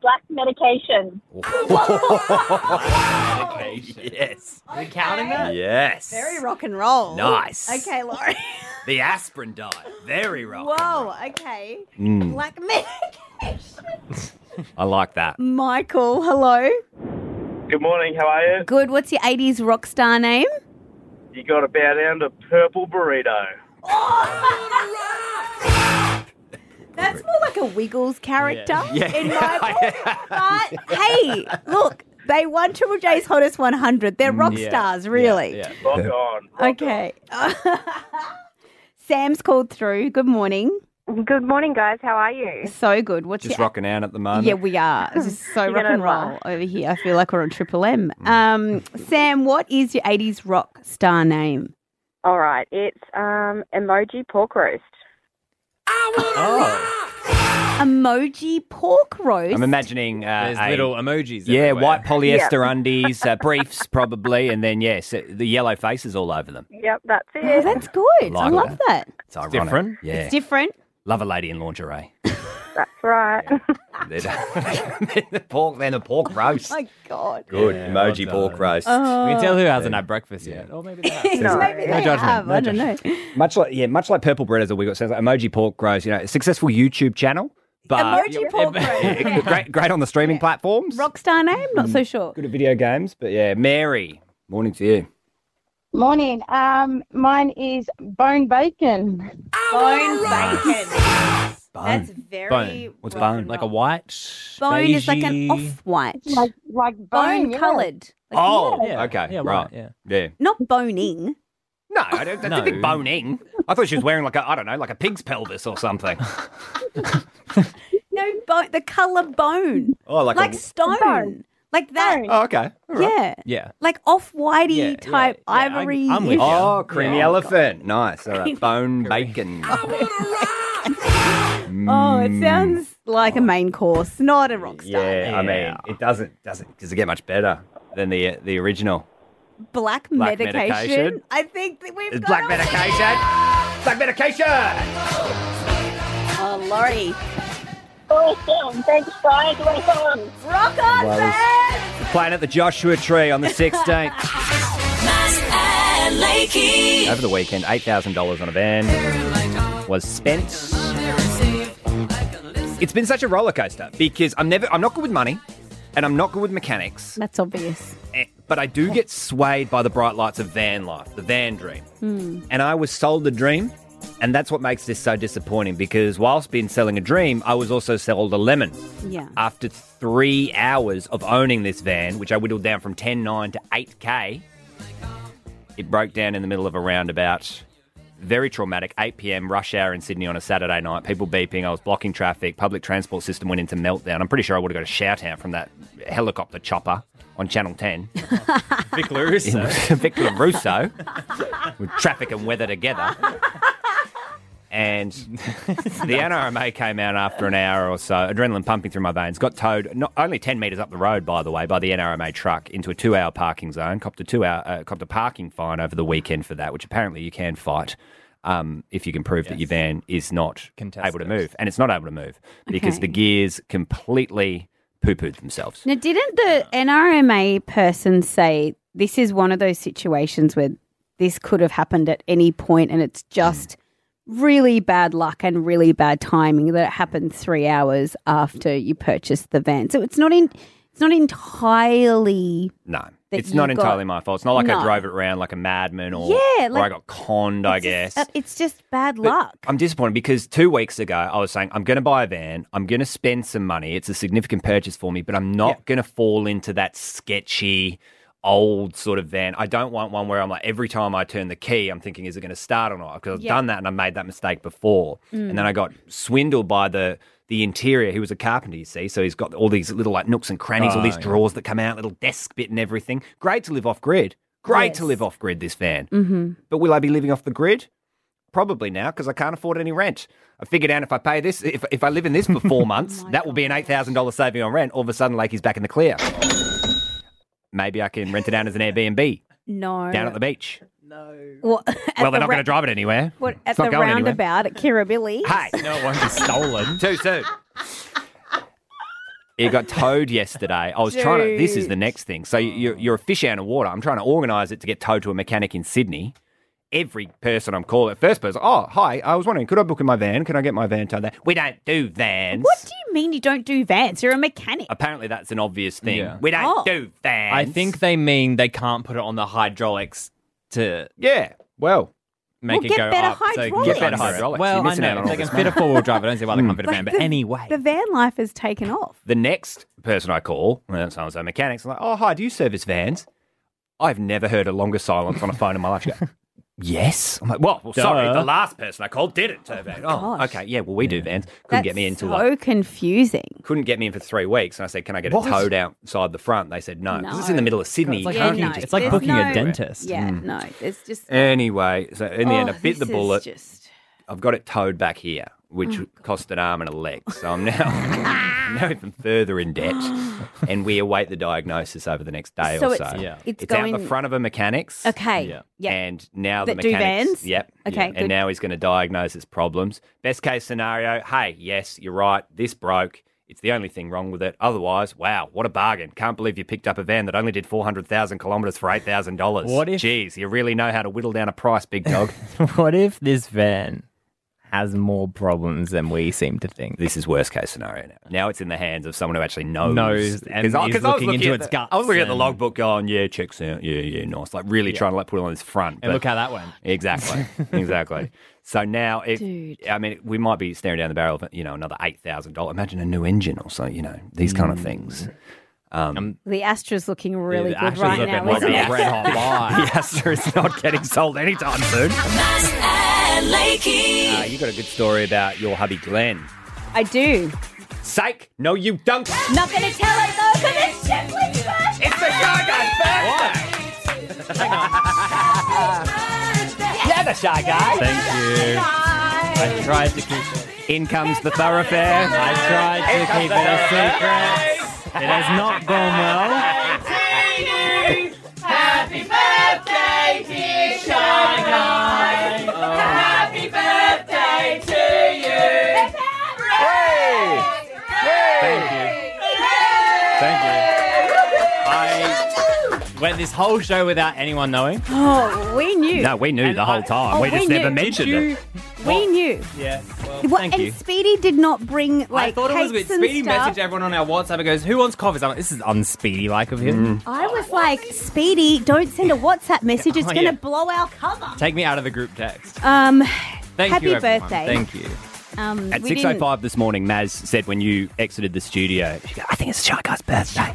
[SPEAKER 10] Black medication.
[SPEAKER 1] okay, yes.
[SPEAKER 2] Are we counting that?
[SPEAKER 1] Yes.
[SPEAKER 2] Very rock and roll.
[SPEAKER 1] Nice.
[SPEAKER 2] Okay, Laurie.
[SPEAKER 1] The aspirin diet. Very rock.
[SPEAKER 2] Whoa, okay.
[SPEAKER 1] Mm.
[SPEAKER 2] Black medication.
[SPEAKER 1] I like that.
[SPEAKER 2] Michael, hello.
[SPEAKER 12] Good morning, how are you?
[SPEAKER 2] Good. What's your 80s rock star name?
[SPEAKER 12] You got to bow down to Purple Burrito.
[SPEAKER 2] That's more like a Wiggles character
[SPEAKER 12] Yeah.
[SPEAKER 2] in my book. But hey, look, they won Triple J's Hottest 100. They're rock stars, really.
[SPEAKER 12] Rock on.
[SPEAKER 2] Okay. Sam's called through. Good morning.
[SPEAKER 13] Good morning, guys. How are you?
[SPEAKER 2] So good. What's
[SPEAKER 1] Just
[SPEAKER 2] your
[SPEAKER 1] rocking out at the moment.
[SPEAKER 2] Yeah, we are. This is so
[SPEAKER 13] You're
[SPEAKER 2] rock
[SPEAKER 13] gonna
[SPEAKER 2] and roll over here. I feel like we're on Triple M. Um, Sam, what is your 80s rock star name?
[SPEAKER 13] All right. It's um, emoji pork roast.
[SPEAKER 2] Emoji pork
[SPEAKER 1] Oh.
[SPEAKER 2] roast.
[SPEAKER 1] I'm imagining uh,
[SPEAKER 4] There's
[SPEAKER 1] a-
[SPEAKER 4] little emojis.
[SPEAKER 1] Yeah,
[SPEAKER 4] everywhere.
[SPEAKER 1] white polyester
[SPEAKER 2] Yeah.
[SPEAKER 1] undies, uh, briefs probably, and then yes, uh, the yellow faces all over them.
[SPEAKER 13] Yep, that's it.
[SPEAKER 2] Oh, that's good. I
[SPEAKER 1] Like
[SPEAKER 2] love that.
[SPEAKER 1] It's, ironic.
[SPEAKER 4] different.
[SPEAKER 1] Yeah,
[SPEAKER 2] It's different.
[SPEAKER 1] Love a lady in lingerie.
[SPEAKER 13] That's right.
[SPEAKER 1] They're the pork, then the pork roast.
[SPEAKER 2] My God.
[SPEAKER 1] Good emoji pork roast.
[SPEAKER 4] We can tell who hasn't
[SPEAKER 1] Yeah.
[SPEAKER 4] had breakfast yet. Or maybe
[SPEAKER 2] no, maybe
[SPEAKER 1] No
[SPEAKER 2] they
[SPEAKER 1] judgment,
[SPEAKER 2] have.
[SPEAKER 1] no
[SPEAKER 2] I don't know.
[SPEAKER 1] Much like yeah, much like purple bread as a wiggle sounds like emoji pork roast. You know, a successful YouTube channel, but
[SPEAKER 2] Emoji pork roast.
[SPEAKER 1] great, great on the streaming platforms.
[SPEAKER 2] Rock star name? Not so sure.
[SPEAKER 1] Good at video games, but yeah, Mary. Morning to you.
[SPEAKER 14] Morning. Um, mine is bone bacon.
[SPEAKER 2] Bone bacon.
[SPEAKER 1] Bone.
[SPEAKER 2] That's very
[SPEAKER 4] Bone.
[SPEAKER 1] What's bone?
[SPEAKER 4] Like a white.
[SPEAKER 2] Bone is like an
[SPEAKER 4] beigey-
[SPEAKER 2] off-white,
[SPEAKER 14] like like
[SPEAKER 2] bone coloured.
[SPEAKER 1] Oh, okay,
[SPEAKER 4] Yeah,
[SPEAKER 1] right,
[SPEAKER 4] right, yeah.
[SPEAKER 1] yeah.
[SPEAKER 2] Not boning.
[SPEAKER 1] No, I don't, I
[SPEAKER 4] No.
[SPEAKER 1] didn't think boning. I thought she was wearing like a I don't know, like a pig's pelvis or something.
[SPEAKER 2] No bone. The colour bone.
[SPEAKER 1] Oh, like a w-
[SPEAKER 2] stone. Like that.
[SPEAKER 1] Oh, okay. All right.
[SPEAKER 2] Yeah.
[SPEAKER 4] Yeah.
[SPEAKER 2] Like off whitey type ivory.
[SPEAKER 1] Oh, creamy
[SPEAKER 2] Yeah.
[SPEAKER 1] elephant. Nice. All right. Bone bacon.
[SPEAKER 2] Oh, it sounds like a main course, not a rock star.
[SPEAKER 1] Yeah, I mean, it doesn't doesn't does it get much better than the the original?
[SPEAKER 2] Black,
[SPEAKER 1] Black
[SPEAKER 2] medication.
[SPEAKER 1] medication.
[SPEAKER 2] I think that we've
[SPEAKER 1] It's
[SPEAKER 2] got
[SPEAKER 1] black
[SPEAKER 2] a-
[SPEAKER 1] medication. Black medication.
[SPEAKER 2] Oh, Laurie.
[SPEAKER 10] Awesome. Thanks, guys. Rock on.
[SPEAKER 2] Rock on,
[SPEAKER 1] Well,
[SPEAKER 2] Sam.
[SPEAKER 1] Playing at the Joshua Tree on the 16th over the weekend. Eight thousand dollars on a van was spent. It's been such a roller coaster because I'm never I'm not good with money, and I'm not good with mechanics.
[SPEAKER 2] That's obvious.
[SPEAKER 1] eh, But I do get swayed by the bright lights of van life, the van dream.
[SPEAKER 2] Hmm.
[SPEAKER 1] and I was sold the dream. And that's what makes this so disappointing because whilst being selling a dream, I was also sold a lemon.
[SPEAKER 2] Yeah.
[SPEAKER 1] After three hours of owning this van, which I whittled down from 10.9 to 8K, it broke down in the middle of a roundabout. Very traumatic. 8 p.m. rush hour in Sydney on a Saturday night. People beeping. I was blocking traffic. Public transport system went into meltdown. I'm pretty sure I would have got a shout out from that helicopter chopper on Channel 10.
[SPEAKER 4] Vic LaRusso.
[SPEAKER 1] Vic LaRusso with traffic and weather together. And the NRMA came out after an hour or so, adrenaline pumping through my veins. Got towed not only ten metres up the road, by the way, by the NRMA truck into a two-hour parking zone. Copped a two-hour, uh, copped a parking fine over the weekend for that, which apparently you can fight um, if you can prove that your van is not able to move, and it's not able to move because
[SPEAKER 2] Okay.
[SPEAKER 1] the gears completely poo-pooed themselves.
[SPEAKER 2] Now, didn't the NRMA person say this is one of those situations where this could have happened at any point and it's just really bad luck and really bad timing that it happened three hours after you purchased the van? So it's not in. It's not entirely.
[SPEAKER 1] No,
[SPEAKER 2] that
[SPEAKER 1] it's not
[SPEAKER 2] you
[SPEAKER 1] entirely
[SPEAKER 2] got-
[SPEAKER 1] my fault. It's not like
[SPEAKER 2] No.
[SPEAKER 1] I drove it around like a madman or,
[SPEAKER 2] Yeah,
[SPEAKER 1] or I
[SPEAKER 2] like-
[SPEAKER 1] got conned, I guess.
[SPEAKER 2] Uh, it's just bad
[SPEAKER 1] But
[SPEAKER 2] luck.
[SPEAKER 1] I'm disappointed because two weeks ago I was saying I'm going to buy a van, I'm going to spend some money. It's a significant purchase for me, but I'm not going to fall into that sketchy. old sort of van. I don't want one where I'm like every time I turn the key, I'm thinking, is it going to start or not? Because I've
[SPEAKER 15] Yeah.
[SPEAKER 1] done that and I made that mistake before,
[SPEAKER 15] Mm.
[SPEAKER 1] and then I got swindled by the the interior. He was a carpenter, you see, so he's got all these little like nooks and crannies, all
[SPEAKER 15] Oh,
[SPEAKER 1] these
[SPEAKER 15] yeah.
[SPEAKER 1] drawers that come out, little desk bit and everything. Great to live off grid. Great to live off grid. This van.
[SPEAKER 2] Mm-hmm.
[SPEAKER 1] But will I be living off the grid? Probably now because I can't afford any rent. I figured out if I pay this, if, if I live in this for four months, that will be an $8,000 saving on rent. All of a sudden, Lakey's back in the clear. Maybe I can rent it out as an Airbnb
[SPEAKER 2] No.
[SPEAKER 1] down at the beach.
[SPEAKER 2] Well, at
[SPEAKER 1] well, they're
[SPEAKER 2] the
[SPEAKER 1] not going
[SPEAKER 2] ra-
[SPEAKER 1] to drive it anywhere.
[SPEAKER 2] What, at
[SPEAKER 1] It's not
[SPEAKER 2] the
[SPEAKER 1] going anywhere.
[SPEAKER 2] roundabout at Kirribilli.
[SPEAKER 1] Hey, no, it won't be stolen. Too soon. It got towed yesterday. I was trying to. This is the
[SPEAKER 2] Dude.
[SPEAKER 1] next thing. So you're, you're a fish out of water. I'm trying to organise it to get towed to a mechanic in Sydney. Every person I'm calling, first person, oh, hi, I was wondering, could I book in my van? Can I get my van towed there? We don't do vans.
[SPEAKER 15] What do you mean you don't do vans? You're a mechanic.
[SPEAKER 1] Apparently, that's an obvious thing.
[SPEAKER 4] Yeah.
[SPEAKER 1] We don't
[SPEAKER 15] Oh.
[SPEAKER 1] do vans.
[SPEAKER 4] I think they mean they can't put it on the hydraulics to
[SPEAKER 1] yeah. Well,
[SPEAKER 4] make
[SPEAKER 2] Well,
[SPEAKER 4] it
[SPEAKER 2] get
[SPEAKER 4] go
[SPEAKER 2] better
[SPEAKER 4] up. so they can
[SPEAKER 2] hydraulics.
[SPEAKER 4] get
[SPEAKER 1] Get
[SPEAKER 4] better
[SPEAKER 1] better hydraulics.
[SPEAKER 4] hydraulics.
[SPEAKER 1] You're
[SPEAKER 4] Well, I
[SPEAKER 1] missing out
[SPEAKER 4] know
[SPEAKER 1] on
[SPEAKER 4] if
[SPEAKER 1] all
[SPEAKER 4] they can
[SPEAKER 1] this
[SPEAKER 4] fit a
[SPEAKER 1] money.
[SPEAKER 4] four wheel drive. I don't see why they can't fit a
[SPEAKER 2] Like
[SPEAKER 4] van. But
[SPEAKER 2] the-
[SPEAKER 4] anyway,
[SPEAKER 2] The van life has taken off.
[SPEAKER 1] The next person I call, well, that sounds like mechanics. I'm like, oh, hi, do you service vans? I've never heard a longer silence on a phone in my life. She goes, yes. I'm like, well, well, sorry,
[SPEAKER 15] Duh.
[SPEAKER 1] the last person I called didn't serve vans. Oh,
[SPEAKER 2] Gosh.
[SPEAKER 1] okay, yeah, well, we do vans. Couldn't get me in
[SPEAKER 2] So
[SPEAKER 1] until like,
[SPEAKER 2] confusing.
[SPEAKER 1] couldn't get me in for three weeks. And I said, can I get
[SPEAKER 2] What?
[SPEAKER 1] it towed outside the front? They said, no, 'cause it's in the middle of Sydney.
[SPEAKER 2] God, it's like
[SPEAKER 1] you can't
[SPEAKER 2] booking-
[SPEAKER 1] just-
[SPEAKER 2] it's like There's booking a no-
[SPEAKER 4] dentist.
[SPEAKER 2] Yeah,
[SPEAKER 1] Mm.
[SPEAKER 2] no, it's just.
[SPEAKER 1] Anyway, so in the end, I
[SPEAKER 2] Oh,
[SPEAKER 1] bit the
[SPEAKER 2] this is
[SPEAKER 1] bullet.
[SPEAKER 2] just-
[SPEAKER 1] I've got it towed back here, which
[SPEAKER 2] Oh,
[SPEAKER 1] cost an arm and a leg. So I'm now, I'm now even further in debt, and we await the diagnosis over the next day
[SPEAKER 2] So
[SPEAKER 1] or so.
[SPEAKER 2] it's- Yeah. it's
[SPEAKER 1] it's out the
[SPEAKER 2] going-
[SPEAKER 1] front of a mechanics.
[SPEAKER 2] Okay, Yeah. yeah.
[SPEAKER 1] And now the
[SPEAKER 2] That do
[SPEAKER 1] mechanics.
[SPEAKER 2] vans?
[SPEAKER 1] Yep.
[SPEAKER 2] Okay,
[SPEAKER 1] And
[SPEAKER 2] good.
[SPEAKER 1] now he's going to diagnose its problems. Best case scenario: Hey, yes, you're right. This broke. It's the only thing wrong with it. Otherwise, wow, what a bargain! Can't believe you picked up a van that only did four hundred thousand kilometres for eight thousand dollars. What if? Jeez, you really know how to whittle down a price, big dog.
[SPEAKER 4] what if this van has more problems than we seem to think?
[SPEAKER 1] This is worst case scenario now. Now it's in the hands of someone who actually knows.
[SPEAKER 4] Knows and
[SPEAKER 1] I-
[SPEAKER 4] is
[SPEAKER 1] I was
[SPEAKER 4] looking into
[SPEAKER 1] at
[SPEAKER 4] its
[SPEAKER 1] the-
[SPEAKER 4] guts
[SPEAKER 1] I was looking at the
[SPEAKER 4] and-
[SPEAKER 1] logbook going, yeah, checks out. Yeah, yeah, nice. Like really
[SPEAKER 4] Yeah.
[SPEAKER 1] trying to like put it on his front.
[SPEAKER 4] And look how that went.
[SPEAKER 1] Exactly. exactly. So now, it, I mean, we might be staring down the barrel of, you know, another $8,000. Imagine a new engine or so, you know, these kind
[SPEAKER 4] Mm.
[SPEAKER 1] of things. Um,
[SPEAKER 2] The Astra's looking really
[SPEAKER 1] the
[SPEAKER 2] good
[SPEAKER 1] Astra's
[SPEAKER 2] right
[SPEAKER 1] looking
[SPEAKER 2] now.
[SPEAKER 1] like
[SPEAKER 2] isn't
[SPEAKER 1] a
[SPEAKER 2] it?
[SPEAKER 1] red hot wire. the Astra is not getting sold anytime soon. Uh, you got a good story about your hubby, Glenn.
[SPEAKER 2] I do.
[SPEAKER 1] Psych! No, you don't!
[SPEAKER 2] Not gonna tell it though, because it's Chiplin's birthday.
[SPEAKER 1] It's a shy guy's birthday. Yeah, the shy guy.
[SPEAKER 4] Thank you. I tried to keep it.
[SPEAKER 1] In comes the thoroughfare.
[SPEAKER 4] I tried to keep it a secret. It has not gone well.
[SPEAKER 5] Happy birthday, dear Shy Guy. Happy birthday to you.
[SPEAKER 4] Thank you. Thank you. I went this whole show without anyone knowing.
[SPEAKER 2] Oh, we knew.
[SPEAKER 1] No, we knew the whole time.
[SPEAKER 2] Oh,
[SPEAKER 1] we just
[SPEAKER 2] we
[SPEAKER 1] never
[SPEAKER 2] knew.
[SPEAKER 1] mentioned
[SPEAKER 2] Did
[SPEAKER 1] it.
[SPEAKER 2] We knew.
[SPEAKER 4] Yeah. Well,
[SPEAKER 2] What-
[SPEAKER 4] thank
[SPEAKER 2] and
[SPEAKER 4] you.
[SPEAKER 2] Speedy did not bring like
[SPEAKER 4] I thought it was a
[SPEAKER 2] cakes
[SPEAKER 4] bit
[SPEAKER 2] and
[SPEAKER 4] speedy.
[SPEAKER 2] stuff.
[SPEAKER 4] Message everyone on our WhatsApp. It goes, "Who wants coffees?" I'm like, "This is unspeedy like of him."
[SPEAKER 2] I was like, Speedy, don't send a WhatsApp message. It's
[SPEAKER 4] Oh,
[SPEAKER 2] gonna
[SPEAKER 4] yeah.
[SPEAKER 2] blow our cover.
[SPEAKER 4] Take me out of the group text.
[SPEAKER 2] Um,
[SPEAKER 4] Thank
[SPEAKER 2] happy
[SPEAKER 4] you, everyone.
[SPEAKER 2] birthday.
[SPEAKER 4] Thank you.
[SPEAKER 2] Um,
[SPEAKER 1] At
[SPEAKER 2] we
[SPEAKER 1] six oh
[SPEAKER 2] didn't-
[SPEAKER 1] five this morning, Maz said when you exited the studio, she goes, "I think it's Shy Guy's birthday."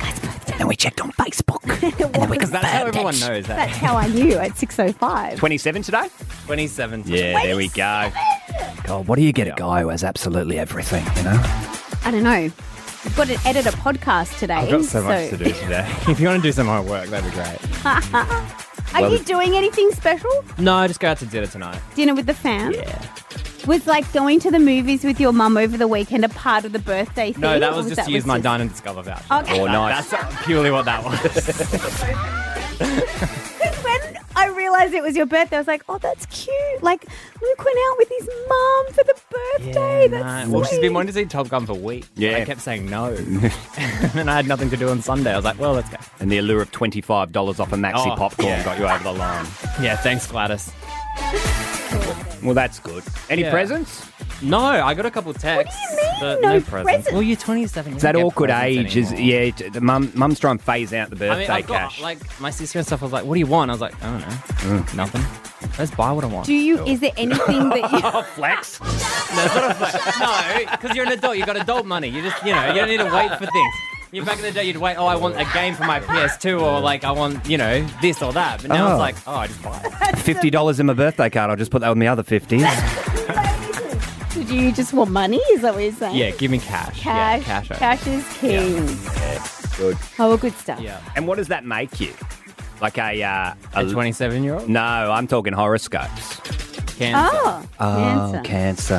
[SPEAKER 1] And then we checked on Facebook, and then we
[SPEAKER 4] Because that's how everyone knows that.
[SPEAKER 2] That's how I knew at six oh five.
[SPEAKER 1] Twenty-seven today.
[SPEAKER 4] Twenty-seven.
[SPEAKER 1] Yeah, there we go. God, what do you get a guy who has absolutely everything? You know,
[SPEAKER 2] I don't know. We've got to edit a podcast today.
[SPEAKER 4] I've got so much to do today. if you want to do some homework, that'd be great.
[SPEAKER 2] Are
[SPEAKER 4] Well,
[SPEAKER 2] you
[SPEAKER 4] the-
[SPEAKER 2] doing anything special?
[SPEAKER 4] No, just go out to dinner tonight.
[SPEAKER 2] Dinner with the fam? Yeah. Was like going to the movies with your mum over the weekend a part of the birthday thing?
[SPEAKER 4] No, that
[SPEAKER 2] or
[SPEAKER 4] was just to use my dine and discover voucher.
[SPEAKER 2] Okay. Oh,
[SPEAKER 4] That-
[SPEAKER 2] nice.
[SPEAKER 4] That's purely what that was.
[SPEAKER 2] When I realised it was your birthday, I was like, oh, that's cute. Like, Luke went out with his mum for the birthday. that's
[SPEAKER 4] well, she's
[SPEAKER 2] sweet.
[SPEAKER 4] been wanting to see Top Gun for weeks. Yeah, I kept saying no, and I had nothing to do on Sunday. I was like, well, let's go.
[SPEAKER 1] and the allure of twenty-five dollars off a maxi
[SPEAKER 4] Oh,
[SPEAKER 1] popcorn
[SPEAKER 4] yeah.
[SPEAKER 1] got you over the line.
[SPEAKER 4] Yeah, thanks, Gladys.
[SPEAKER 1] Well, that's good. Any
[SPEAKER 4] Yeah.
[SPEAKER 1] presents?
[SPEAKER 4] No, I got a couple texts. but
[SPEAKER 1] no
[SPEAKER 4] no, presents?
[SPEAKER 1] presents?
[SPEAKER 4] Well, you're 27.
[SPEAKER 1] It's
[SPEAKER 4] you
[SPEAKER 1] that
[SPEAKER 4] don't get
[SPEAKER 1] awkward
[SPEAKER 4] presents
[SPEAKER 1] age. Is
[SPEAKER 4] anymore.
[SPEAKER 1] yeah, t- the mum mum's trying to phase out the
[SPEAKER 4] I mean,
[SPEAKER 1] birthday
[SPEAKER 4] I got,
[SPEAKER 1] cash. Mm.
[SPEAKER 4] like my sister and stuff was like, "What do you want?" I was like, "I don't know, nothing. Let's buy what I want."
[SPEAKER 2] Do you, is there anything that you.
[SPEAKER 1] flex?
[SPEAKER 4] No, it's not a flex. No, because you're an adult. You got adult money. You just, you know, you don't need to wait for things. You know, back in the day, you'd wait. Oh, I want a game for my PS2, or like I want you know this or that. But now
[SPEAKER 1] Oh.
[SPEAKER 4] it's like, oh, I just buy it.
[SPEAKER 1] Fifty dollars in my birthday card. I'll just put that with my other fifty. yeah,
[SPEAKER 2] Did you just want money? Is that what you're saying?
[SPEAKER 1] give me cash.
[SPEAKER 2] Cash.
[SPEAKER 1] cash only.
[SPEAKER 2] cash is king.
[SPEAKER 1] Good.
[SPEAKER 2] Oh, well, good stuff.
[SPEAKER 1] Yeah. And what does that make you? Like a uh,
[SPEAKER 4] A 27 year old?
[SPEAKER 1] No, I'm talking horoscopes.
[SPEAKER 4] Cancer.
[SPEAKER 2] Oh,
[SPEAKER 1] Oh,
[SPEAKER 2] cancer.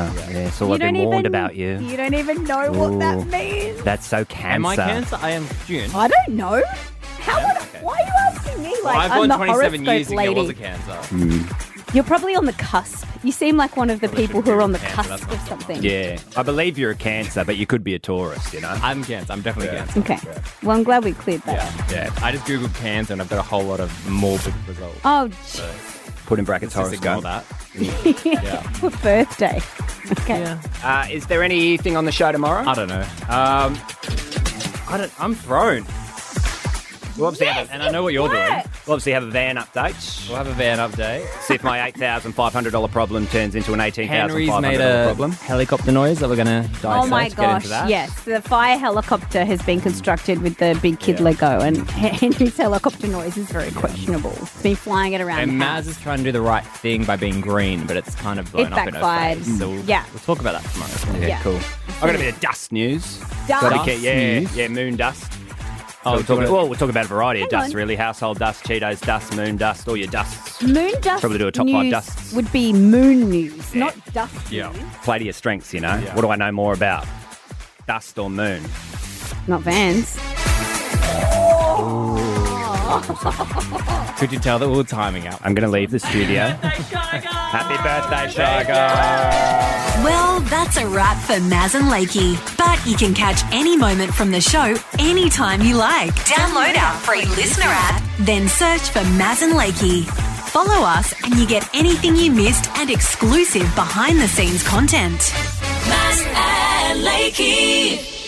[SPEAKER 1] cancer. Yeah, so I've been warned about you.
[SPEAKER 2] You don't even know what
[SPEAKER 1] Ooh.
[SPEAKER 2] that means.
[SPEAKER 1] That's so cancer.
[SPEAKER 4] Am I cancer? I am June.
[SPEAKER 2] I don't know. How would, why are you asking me? Like
[SPEAKER 4] Well, I've
[SPEAKER 2] am
[SPEAKER 4] gone
[SPEAKER 2] the
[SPEAKER 4] 27
[SPEAKER 2] horoscope
[SPEAKER 4] years and
[SPEAKER 2] lady.
[SPEAKER 4] it was a cancer.
[SPEAKER 2] You're probably on the cusp. You seem like one of the people who are on the cusp of something.
[SPEAKER 1] Yeah, I believe you're a cancer, but you could be a Taurus. You know,
[SPEAKER 4] I'm cancer. I'm definitely cancer.
[SPEAKER 2] Okay. Well, I'm glad we cleared that. up.
[SPEAKER 4] Yeah, I just googled cancer and I've got a whole lot of morbid results.
[SPEAKER 2] Oh,
[SPEAKER 4] So,
[SPEAKER 1] Put in brackets
[SPEAKER 4] let's just ignore
[SPEAKER 1] horoscope.
[SPEAKER 4] that.
[SPEAKER 2] yeah. for birthday. Okay.
[SPEAKER 1] Uh, is there anything on the show tomorrow?
[SPEAKER 4] I don't know. Um, I don't. I'm thrown.
[SPEAKER 1] We'll obviously have a, and I know what you're
[SPEAKER 4] doing.
[SPEAKER 1] We'll obviously have a van update. We'll
[SPEAKER 4] have a van update.
[SPEAKER 1] See if my eight thousand five hundred dollar problem turns into an eighteen thousand
[SPEAKER 4] Henry's
[SPEAKER 1] five
[SPEAKER 4] made
[SPEAKER 1] hundred
[SPEAKER 4] a
[SPEAKER 1] dollar problem.
[SPEAKER 4] helicopter noise that we're gonna dissect.
[SPEAKER 2] Oh my
[SPEAKER 4] get into
[SPEAKER 2] gosh!
[SPEAKER 4] that.
[SPEAKER 2] Yes, the fire helicopter has been constructed with the big kid Lego, and Henry's helicopter noise is very questionable. It's been flying it around.
[SPEAKER 4] And
[SPEAKER 2] the
[SPEAKER 4] Maz is trying to do the right thing by being green, but it's kind of blown
[SPEAKER 2] It
[SPEAKER 4] up in her
[SPEAKER 2] backfired.
[SPEAKER 4] face. So we'll,
[SPEAKER 2] Yeah.
[SPEAKER 4] we'll talk about that tomorrow.
[SPEAKER 1] Yeah,
[SPEAKER 2] Yeah.
[SPEAKER 1] cool. I'm gonna be the dust news. Gotta be ca- yeah, yeah, moon dust. Oh,
[SPEAKER 4] Oh,
[SPEAKER 1] we're
[SPEAKER 4] we're
[SPEAKER 1] talking,
[SPEAKER 4] talking-
[SPEAKER 1] well, we're talking about a variety of
[SPEAKER 2] Hang
[SPEAKER 1] dust,
[SPEAKER 2] on.
[SPEAKER 1] really. Household dust, Cheetos dust, moon dust, all your dusts.
[SPEAKER 2] Moon dust
[SPEAKER 1] Probably do a top five
[SPEAKER 2] news
[SPEAKER 1] dusts.
[SPEAKER 2] would be moon news, not dust.
[SPEAKER 1] Yeah. Play to your strengths, you know. What do I know more about? Dust or moon?
[SPEAKER 2] Not Vans.
[SPEAKER 4] Could you tell that we were timing out?
[SPEAKER 1] I'm going to leave the studio. Happy birthday, Shy Guy.
[SPEAKER 16] Well, that's a wrap for Maz and Lakey. But you can catch any moment from the show anytime you like. Download our free listener app, then search for Maz and Lakey. Follow us and you get anything you missed and exclusive behind the scenes content.
[SPEAKER 5] Mass and Lakey.